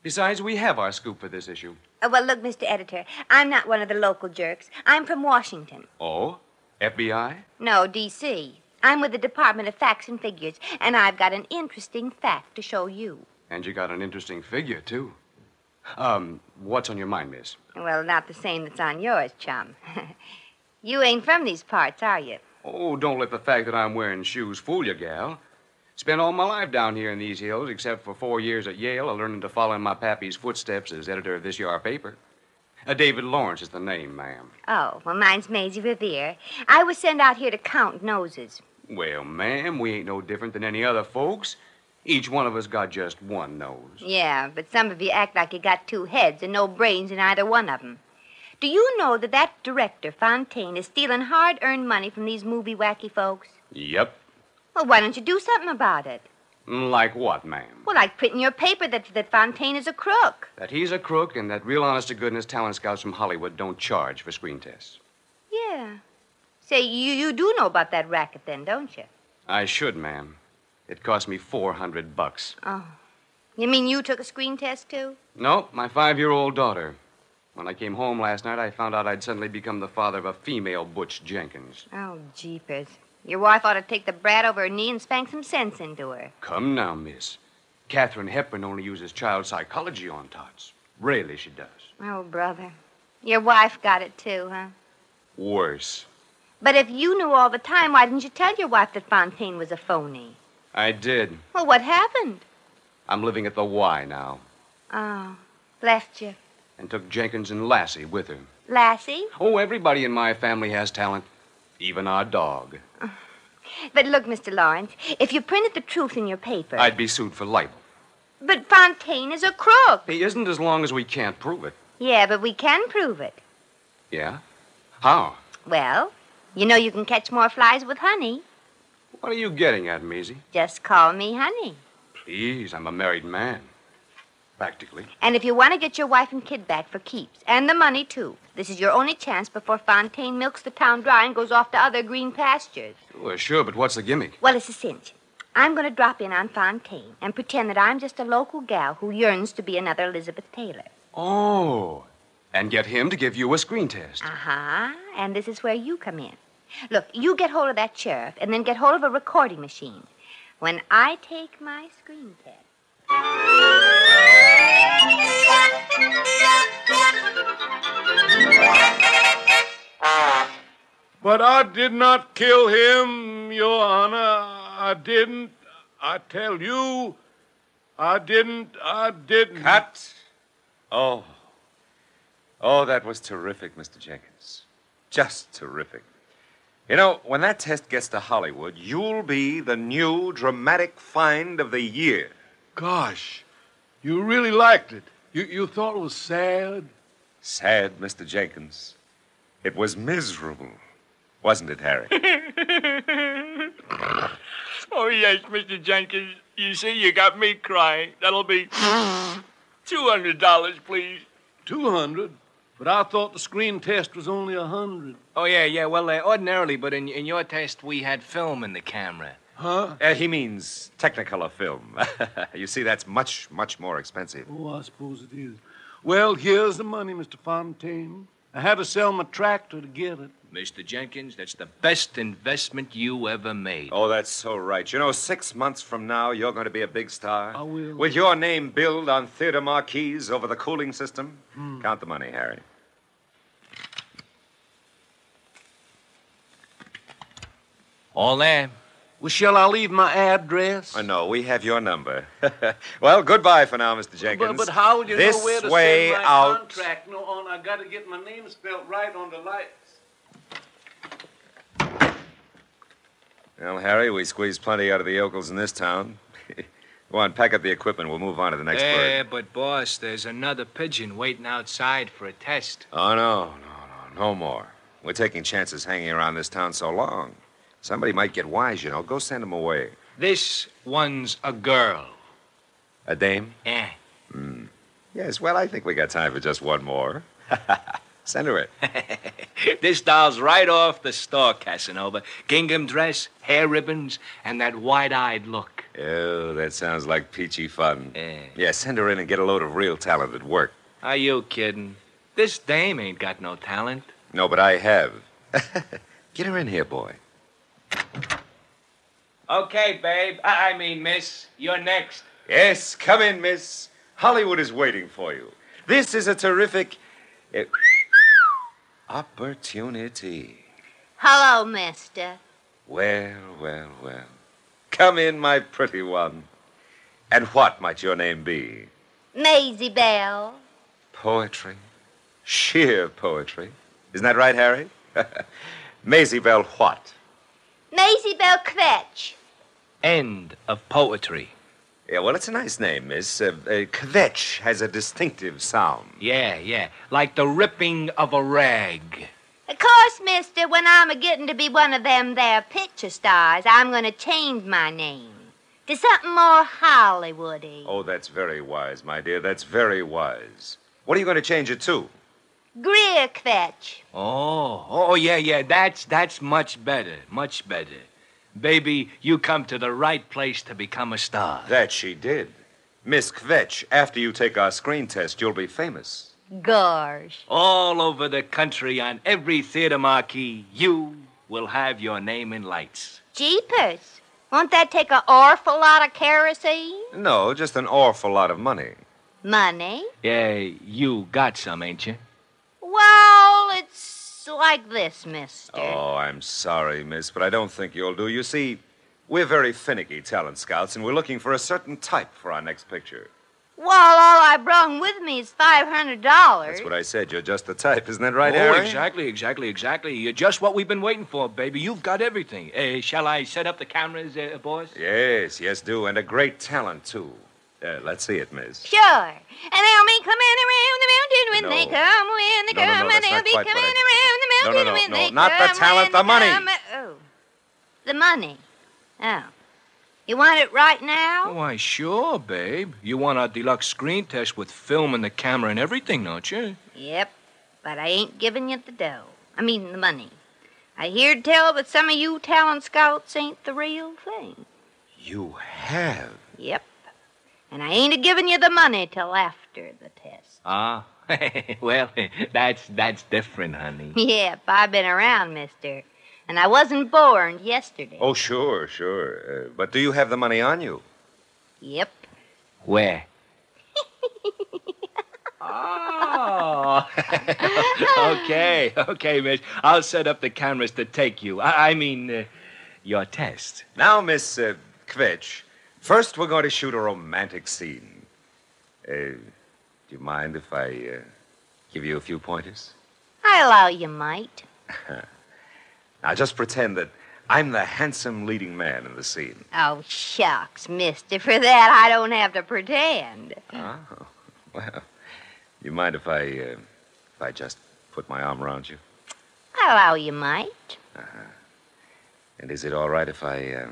Speaker 23: Besides, we have our scoop for this issue.
Speaker 10: Uh, well, look, Mr. Editor, I'm not one of the local jerks. I'm from Washington.
Speaker 23: Oh? FBI?
Speaker 10: No, D.C. I'm with the Department of Facts and Figures, and I've got an interesting fact to show you.
Speaker 23: And you got an interesting figure, too. Um, what's on your mind, miss?
Speaker 10: Well, not the same that's on yours, chum. you ain't from these parts, are you?
Speaker 23: Oh, don't let the fact that I'm wearing shoes fool you, gal. Spent all my life down here in these hills, except for four years at Yale, a learning to follow in my pappy's footsteps as editor of this yard paper. Uh, David Lawrence is the name, ma'am.
Speaker 10: Oh, well, mine's Maisie Revere. I was sent out here to count noses.
Speaker 23: Well, ma'am, we ain't no different than any other folks. Each one of us got just one nose.
Speaker 10: Yeah, but some of you act like you got two heads and no brains in either one of 'em. Do you know that that director, Fontaine, is stealing hard earned money from these movie wacky folks?
Speaker 23: Yep.
Speaker 10: Well, why don't you do something about it?
Speaker 23: Like what, ma'am?
Speaker 10: Well, like put in your paper that, that Fontaine is a crook.
Speaker 23: That he's a crook and that real honest to goodness talent scouts from Hollywood don't charge for screen tests.
Speaker 10: Yeah. Say, you, you do know about that racket then, don't you?
Speaker 23: I should, ma'am. It cost me 400 bucks.
Speaker 10: Oh. You mean you took a screen test too?
Speaker 23: Nope, my five year old daughter. When I came home last night, I found out I'd suddenly become the father of a female Butch Jenkins.
Speaker 10: Oh, jeepers. Your wife ought to take the brat over her knee and spank some sense into her.
Speaker 23: Come now, miss. Katherine Hepburn only uses child psychology on tots. Really, she does.
Speaker 10: Oh, brother. Your wife got it too, huh?
Speaker 23: Worse.
Speaker 10: But if you knew all the time, why didn't you tell your wife that Fontaine was a phony?
Speaker 23: I did.
Speaker 10: Well, what happened?
Speaker 23: I'm living at the Y now,
Speaker 10: Oh, left you.
Speaker 23: and took Jenkins and Lassie with her.
Speaker 10: Lassie?
Speaker 23: Oh, everybody in my family has talent, even our dog.
Speaker 10: But look, Mr. Lawrence, if you printed the truth in your paper.
Speaker 23: I'd be sued for libel.
Speaker 10: But Fontaine is a crook.
Speaker 23: He isn't as long as we can't prove it.
Speaker 10: Yeah, but we can prove it.
Speaker 23: Yeah? How?
Speaker 10: Well, you know you can catch more flies with honey.
Speaker 23: What are you getting at, Measy?
Speaker 10: Just call me honey.
Speaker 23: Please, I'm a married man. Practically.
Speaker 10: And if you want to get your wife and kid back for keeps, and the money, too, this is your only chance before Fontaine milks the town dry and goes off to other green pastures.
Speaker 23: Well, sure, but what's the gimmick?
Speaker 10: Well, it's a cinch. I'm going to drop in on Fontaine and pretend that I'm just a local gal who yearns to be another Elizabeth Taylor.
Speaker 23: Oh. And get him to give you a screen test.
Speaker 10: Uh huh. And this is where you come in. Look, you get hold of that sheriff and then get hold of a recording machine. When I take my screen test.
Speaker 2: But I did not kill him, Your Honor. I didn't. I tell you, I didn't. I didn't.
Speaker 24: Cut. Oh. Oh, that was terrific, Mr. Jenkins. Just terrific. You know, when that test gets to Hollywood, you'll be the new dramatic find of the year.
Speaker 2: Gosh, you really liked it. You, you thought it was sad?
Speaker 24: Sad, Mr. Jenkins. It was miserable. Wasn't it, Harry?
Speaker 25: oh, yes, Mr. Jenkins. You see, you got me crying. That'll be $200, please.
Speaker 2: 200? But I thought the screen test was only a 100.
Speaker 26: Oh, yeah, yeah. Well, uh, ordinarily, but in, in your test, we had film in the camera.
Speaker 2: Huh?
Speaker 24: Uh, he means Technicolor film. you see, that's much, much more expensive.
Speaker 2: Oh, I suppose it is. Well, here's the money, Mr. Fontaine. I had to sell my tractor to get it.
Speaker 26: Mr. Jenkins, that's the best investment you ever made.
Speaker 24: Oh, that's so right. You know, six months from now, you're going to be a big star.
Speaker 2: Oh, I will.
Speaker 24: With your name billed on theater marquees over the cooling system.
Speaker 2: Hmm.
Speaker 24: Count the money, Harry.
Speaker 26: All there.
Speaker 2: Well, shall I leave my address?
Speaker 24: Oh, no, we have your number. well, goodbye for now, Mr. Jenkins.
Speaker 2: But, but how would you
Speaker 24: this
Speaker 2: know where to
Speaker 24: way
Speaker 2: send my
Speaker 24: out?
Speaker 2: contract? No, on I got to get my name spelled right on the light.
Speaker 24: Well, Harry, we squeezed plenty out of the yokels in this town. Go on, pack up the equipment. We'll move on to the next bird.
Speaker 26: Yeah, but boss, there's another pigeon waiting outside for a test.
Speaker 24: Oh, no, no, no, no more. We're taking chances hanging around this town so long. Somebody might get wise, you know. Go send him away.
Speaker 26: This one's a girl.
Speaker 24: A dame?
Speaker 26: Eh.
Speaker 24: Hmm. Yes, well, I think we got time for just one more. send her it.
Speaker 26: this doll's right off the store, Casanova. Gingham dress, hair ribbons, and that wide-eyed look.
Speaker 24: Oh, that sounds like peachy fun.
Speaker 26: Eh.
Speaker 24: Yeah, send her in and get a load of real talent at work.
Speaker 26: Are you kidding? This dame ain't got no talent.
Speaker 24: No, but I have. get her in here, boy.
Speaker 26: Okay, babe. I, I mean, miss, you're next.
Speaker 24: Yes, come in, miss. Hollywood is waiting for you. This is a terrific eh, opportunity.
Speaker 10: Hello, mister.
Speaker 24: Well, well, well. Come in, my pretty one. And what might your name be?
Speaker 10: Maisie Bell.
Speaker 24: Poetry. Sheer poetry. Isn't that right, Harry? Maisie Bell what?
Speaker 10: Maisie Bell Kvetch.
Speaker 26: End of poetry.
Speaker 24: Yeah, well, it's a nice name, miss. Uh, uh, kvetch has a distinctive sound.
Speaker 11: Yeah, yeah. Like the ripping of a rag.
Speaker 10: Of course, mister, when I'm a getting to be one of them there picture stars, I'm going to change my name to something more Hollywoody.
Speaker 24: Oh, that's very wise, my dear. That's very wise. What are you going to change it to?
Speaker 10: Greer Kvetch.
Speaker 11: Oh, oh yeah, yeah. That's that's much better, much better. Baby, you come to the right place to become a star.
Speaker 24: That she did. Miss Kvetch, after you take our screen test, you'll be famous.
Speaker 10: Gosh.
Speaker 11: All over the country, on every theater marquee, you will have your name in lights.
Speaker 10: Jeepers. Won't that take an awful lot of kerosene?
Speaker 24: No, just an awful lot of money.
Speaker 10: Money?
Speaker 11: Yeah, you got some, ain't you?
Speaker 10: Well, it's like this, miss.
Speaker 24: Oh, I'm sorry, miss, but I don't think you'll do. You see, we're very finicky talent scouts, and we're looking for a certain type for our next picture.
Speaker 10: Well, all I brung with me is $500.
Speaker 24: That's what I said. You're just the type, isn't that right,
Speaker 11: oh,
Speaker 24: Harry?
Speaker 11: exactly, exactly, exactly. You're just what we've been waiting for, baby. You've got everything. Uh, shall I set up the cameras, uh, boys?
Speaker 24: Yes, yes, do, and a great talent, too. Uh, let's see it, miss.
Speaker 10: Sure. And they'll be coming around the mountain when they
Speaker 24: No.
Speaker 10: come, when they
Speaker 24: No, no,
Speaker 10: come,
Speaker 24: no,
Speaker 10: and
Speaker 24: that's
Speaker 10: they'll
Speaker 24: not
Speaker 10: be
Speaker 24: quite what
Speaker 10: coming
Speaker 24: I-
Speaker 10: around the
Speaker 24: No,
Speaker 10: mountain
Speaker 24: no, no,
Speaker 10: when
Speaker 24: no,
Speaker 10: they
Speaker 24: not the
Speaker 10: come,
Speaker 24: talent,
Speaker 10: when
Speaker 24: the
Speaker 10: they
Speaker 24: money.
Speaker 10: come. Oh. The money. Oh. You want it right now?
Speaker 11: Why, Oh, sure, babe. You want our deluxe screen test with film and the camera and everything, don't you?
Speaker 10: Yep. But I ain't giving you the dough. I mean, the money. I hear tell that some of you talent scouts ain't the real thing.
Speaker 24: You have.
Speaker 10: Yep. And I ain't a giving you the money till after the test.
Speaker 11: Ah, well, that's that's different, honey.
Speaker 10: Yep, I've been around, mister. And I wasn't born yesterday.
Speaker 24: Oh, sure, sure. Uh, but do you have the money on you?
Speaker 10: Yep.
Speaker 11: Where? Oh. okay, okay, Miss. I'll set up the cameras to take you. I, I mean, uh, your test.
Speaker 24: Now, Miss uh, Kvetch, first we're going to shoot a romantic scene. Uh, do you mind if I uh, give you a few pointers?
Speaker 10: I allow you might.
Speaker 24: now, just pretend that I'm the handsome leading man in the scene.
Speaker 10: Oh, shucks, mister. For that, I don't have to pretend.
Speaker 24: Oh,
Speaker 11: Uh-huh.
Speaker 24: well, you mind if I, uh, if I just put my arm around you?
Speaker 10: I allow you might.
Speaker 24: And is it all right if I, uh,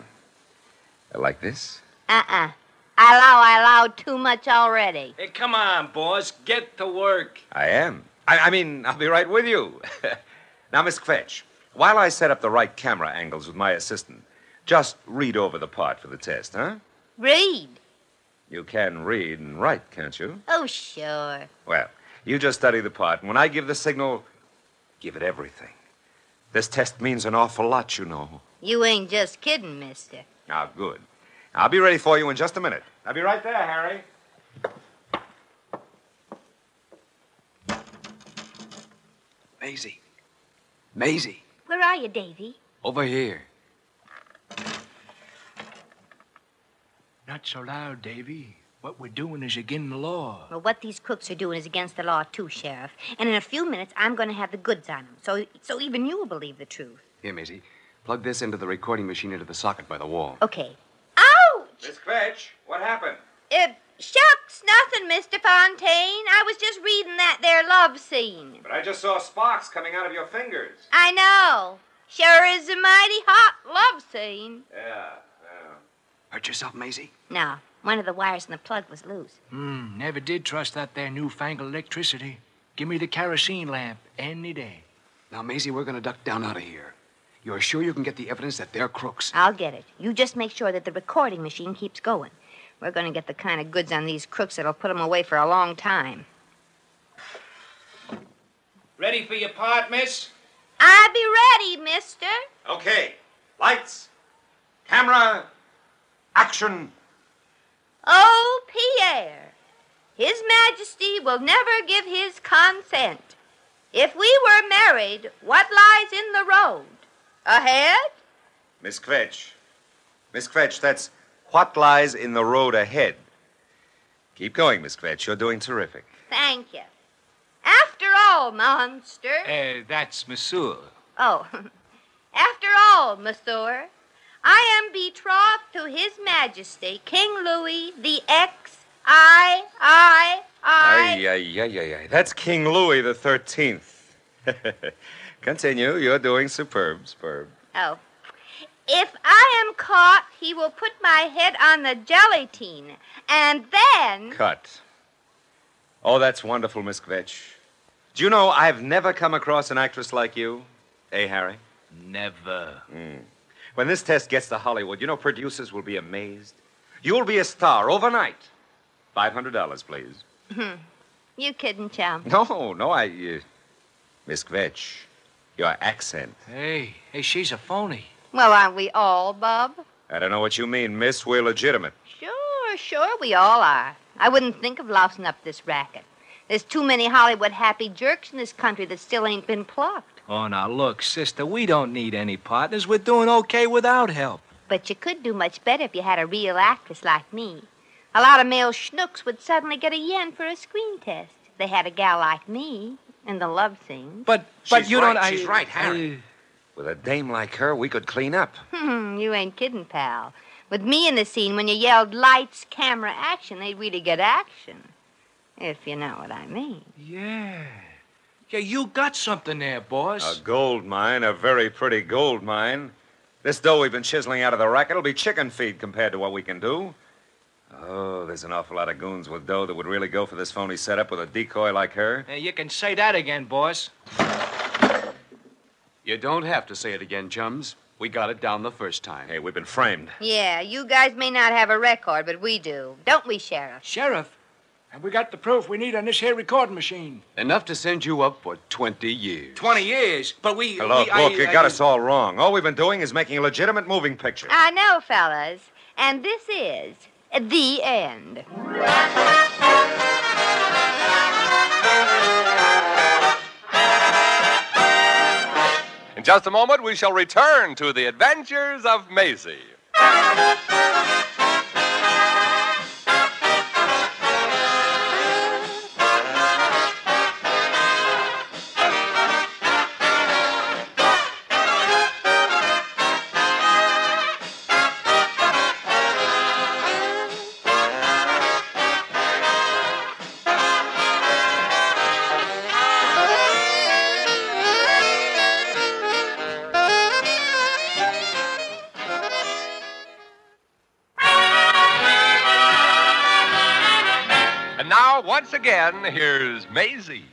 Speaker 24: like this?
Speaker 10: Uh-uh. I allow, I allow too much already.
Speaker 11: Hey, come on, boss. Get to work.
Speaker 24: I am. I, I mean, I'll be right with you. now, Miss Kvetch, while I set up the right camera angles with my assistant, just read over the part for the test, huh?
Speaker 10: Read.
Speaker 24: You can read and write, can't you?
Speaker 10: Oh, sure.
Speaker 24: Well, you just study the part, and when I give the signal, give it everything. This test means an awful lot, you know.
Speaker 10: You ain't just kidding, mister.
Speaker 24: Now, good. I'll be ready for you in just a minute. I'll be right there, Harry.
Speaker 23: Maisie. Maisie.
Speaker 10: Where are you, Davy?
Speaker 23: Over here.
Speaker 11: Not so loud, Davy. What we're doing is against the law.
Speaker 10: Well, what these crooks are doing is against the law, too, Sheriff. And in a few minutes, I'm going to have the goods on them. So, so even you will believe the truth.
Speaker 23: Here, Maisie. Plug this into the recording machine into the socket by the wall.
Speaker 10: Okay. Ouch!
Speaker 24: Miss Kvetch, what happened?
Speaker 10: Uh, shucks, nothing, Mr. Fontaine. I was just reading that there love scene.
Speaker 24: But I just saw sparks coming out of your fingers.
Speaker 10: I know. Sure is a mighty hot love scene.
Speaker 24: Yeah,
Speaker 23: Hurt yourself, Maisie?
Speaker 10: No, one of the wires in the plug was loose.
Speaker 11: Hmm, never did trust that there newfangled electricity. Give me the kerosene lamp any day.
Speaker 23: Now, Maisie, we're going to duck down out of here. You're sure you can get the evidence that they're crooks?
Speaker 10: I'll get it. You just make sure that the recording machine keeps going. We're going to get the kind of goods on these crooks that'll put 'em away for a long time.
Speaker 11: Ready for your part, miss?
Speaker 10: I'll be ready, mister.
Speaker 24: Okay. Lights, camera, action.
Speaker 10: Oh, Pierre, His Majesty will never give his consent. If we were married, what lies in the road? Ahead?
Speaker 24: Miss Kvetch. Miss Kvetch, that's what lies in the road ahead. Keep going, Miss Kvetch. You're doing terrific.
Speaker 10: Thank you. After all, monster.
Speaker 11: Uh, that's Monsieur.
Speaker 10: Oh, after all, monsieur, I am betrothed to His Majesty, King Louis the X I I I.
Speaker 24: Ay, ay, ay, ay, ay. That's King Louis the Thirteenth. Continue. You're doing superb, superb.
Speaker 10: Oh. If I am caught, he will put my head on the gelatine, and then.
Speaker 24: Cut. Oh, that's wonderful, Miss Kvetch. Do you know I've never come across an actress like you? Eh, Harry? Never. When this test gets to Hollywood, you know producers will be amazed. You'll be a star overnight. Five hundred dollars, please.
Speaker 10: Hmm. you kidding, chum?
Speaker 24: No, no, I. Uh, Miss Kvetch, your accent.
Speaker 17: Hey, hey, she's a phony.
Speaker 10: Well, aren't we all, Bob?
Speaker 24: I don't know what you mean, Miss. We're legitimate.
Speaker 10: Sure, sure, we all are. I wouldn't think of lousing up this racket. There's too many Hollywood happy jerks in this country that still ain't been plucked.
Speaker 26: Oh, now look, sister, we don't need any partners. We're doing okay without help.
Speaker 10: But you could do much better if you had a real actress like me. A lot of male schnooks would suddenly get a yen for a screen test. if They had a gal like me in the love scene.
Speaker 26: But but
Speaker 24: She's
Speaker 26: you
Speaker 24: right,
Speaker 26: don't. I-
Speaker 24: She's right, Harry. With a dame like her, we could clean up.
Speaker 10: Hmm, you ain't kidding, pal. With me in the scene, when you yelled lights, camera, action, they'd really get action. If you know what I mean.
Speaker 26: Yeah. Yeah, you got something there, boss.
Speaker 24: A gold mine, a very pretty gold mine. This dough we've been chiseling out of the rack, it'll be chicken feed compared to what we can do. Oh, there's an awful lot of goons with dough that would really go for this phony setup with a decoy like her.
Speaker 26: Hey, you can say that again, boss.
Speaker 23: You don't have to say it again, chums. We got it down the first time.
Speaker 24: Hey, we've been framed.
Speaker 10: Yeah, you guys may not have a record, but we do. Don't we, Sheriff?
Speaker 26: Sheriff, and we got the proof we need on this here recording machine.
Speaker 23: Enough to send you up for 20 years.
Speaker 26: 20 years, but we.
Speaker 24: Look,
Speaker 26: we, I-
Speaker 24: look, you
Speaker 26: I-
Speaker 24: got us all wrong. All we've been doing is making a legitimate moving picture.
Speaker 10: I know, fellas. And this is the end.
Speaker 9: In just a moment, we shall return to the adventures of Maisie. And now, once again, here's Maisie.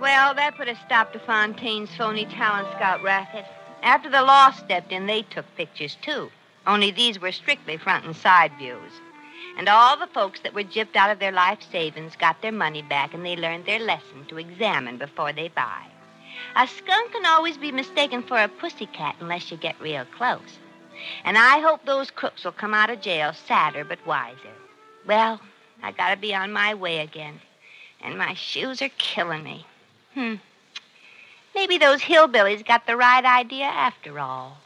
Speaker 10: Well, that put a stop to Fontaine's phony talent scout racket. After the law stepped in, they took pictures too. Only these were strictly front and side views. And all the folks that were gypped out of their life savings got their money back and they learned their lesson to examine before they buy. A skunk can always be mistaken for a pussycat unless you get real close. And I hope those crooks will come out of jail sadder but wiser. Well, I gotta be on my way again. And my shoes are killing me. Hmm. Maybe those hillbillies got the right idea after all.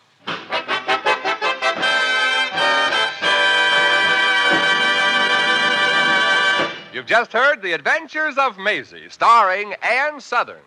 Speaker 9: You've just heard The Adventures of Maisie, starring Ann Southern.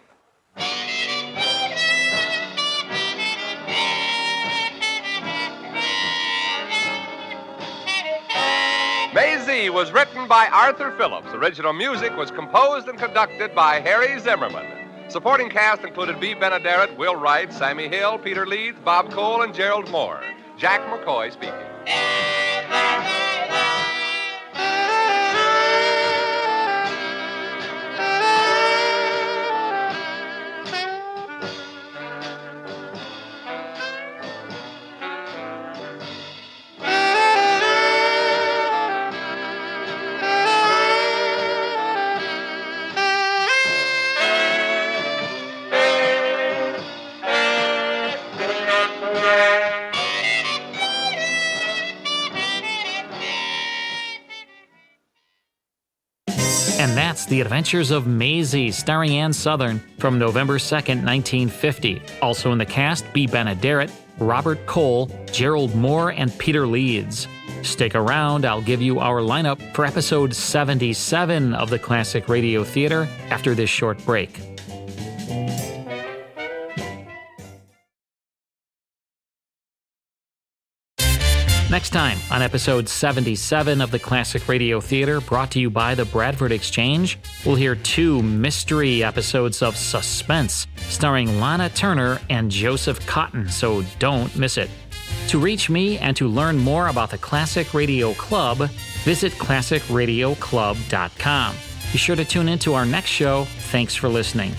Speaker 9: Maisie was written by Arthur Phillips. Original music was composed and conducted by Harry Zimmerman. Supporting cast included B. Benaderet, Will Wright, Sammy Hill, Peter Leeds, Bob Cole, and Gerald Moore. Jack McCoy speaking.
Speaker 1: And that's The Adventures of Maisie, starring Ann Southern, from November 2nd, 1950. Also in the cast, B. Benaderet, Robert Cole, Gerald Moore, and Peter Leeds. Stick around, I'll give you our lineup for episode 77 of the Classic Radio Theater after this short break. Next time on episode 77 of the Classic Radio Theater, brought to you by the Bradford Exchange, we'll hear two mystery episodes of Suspense, starring Lana Turner and Joseph Cotton, so don't miss it. To reach me and to learn more about the Classic Radio Club, visit classicradioclub.com. Be sure to tune in to our next show. Thanks for listening.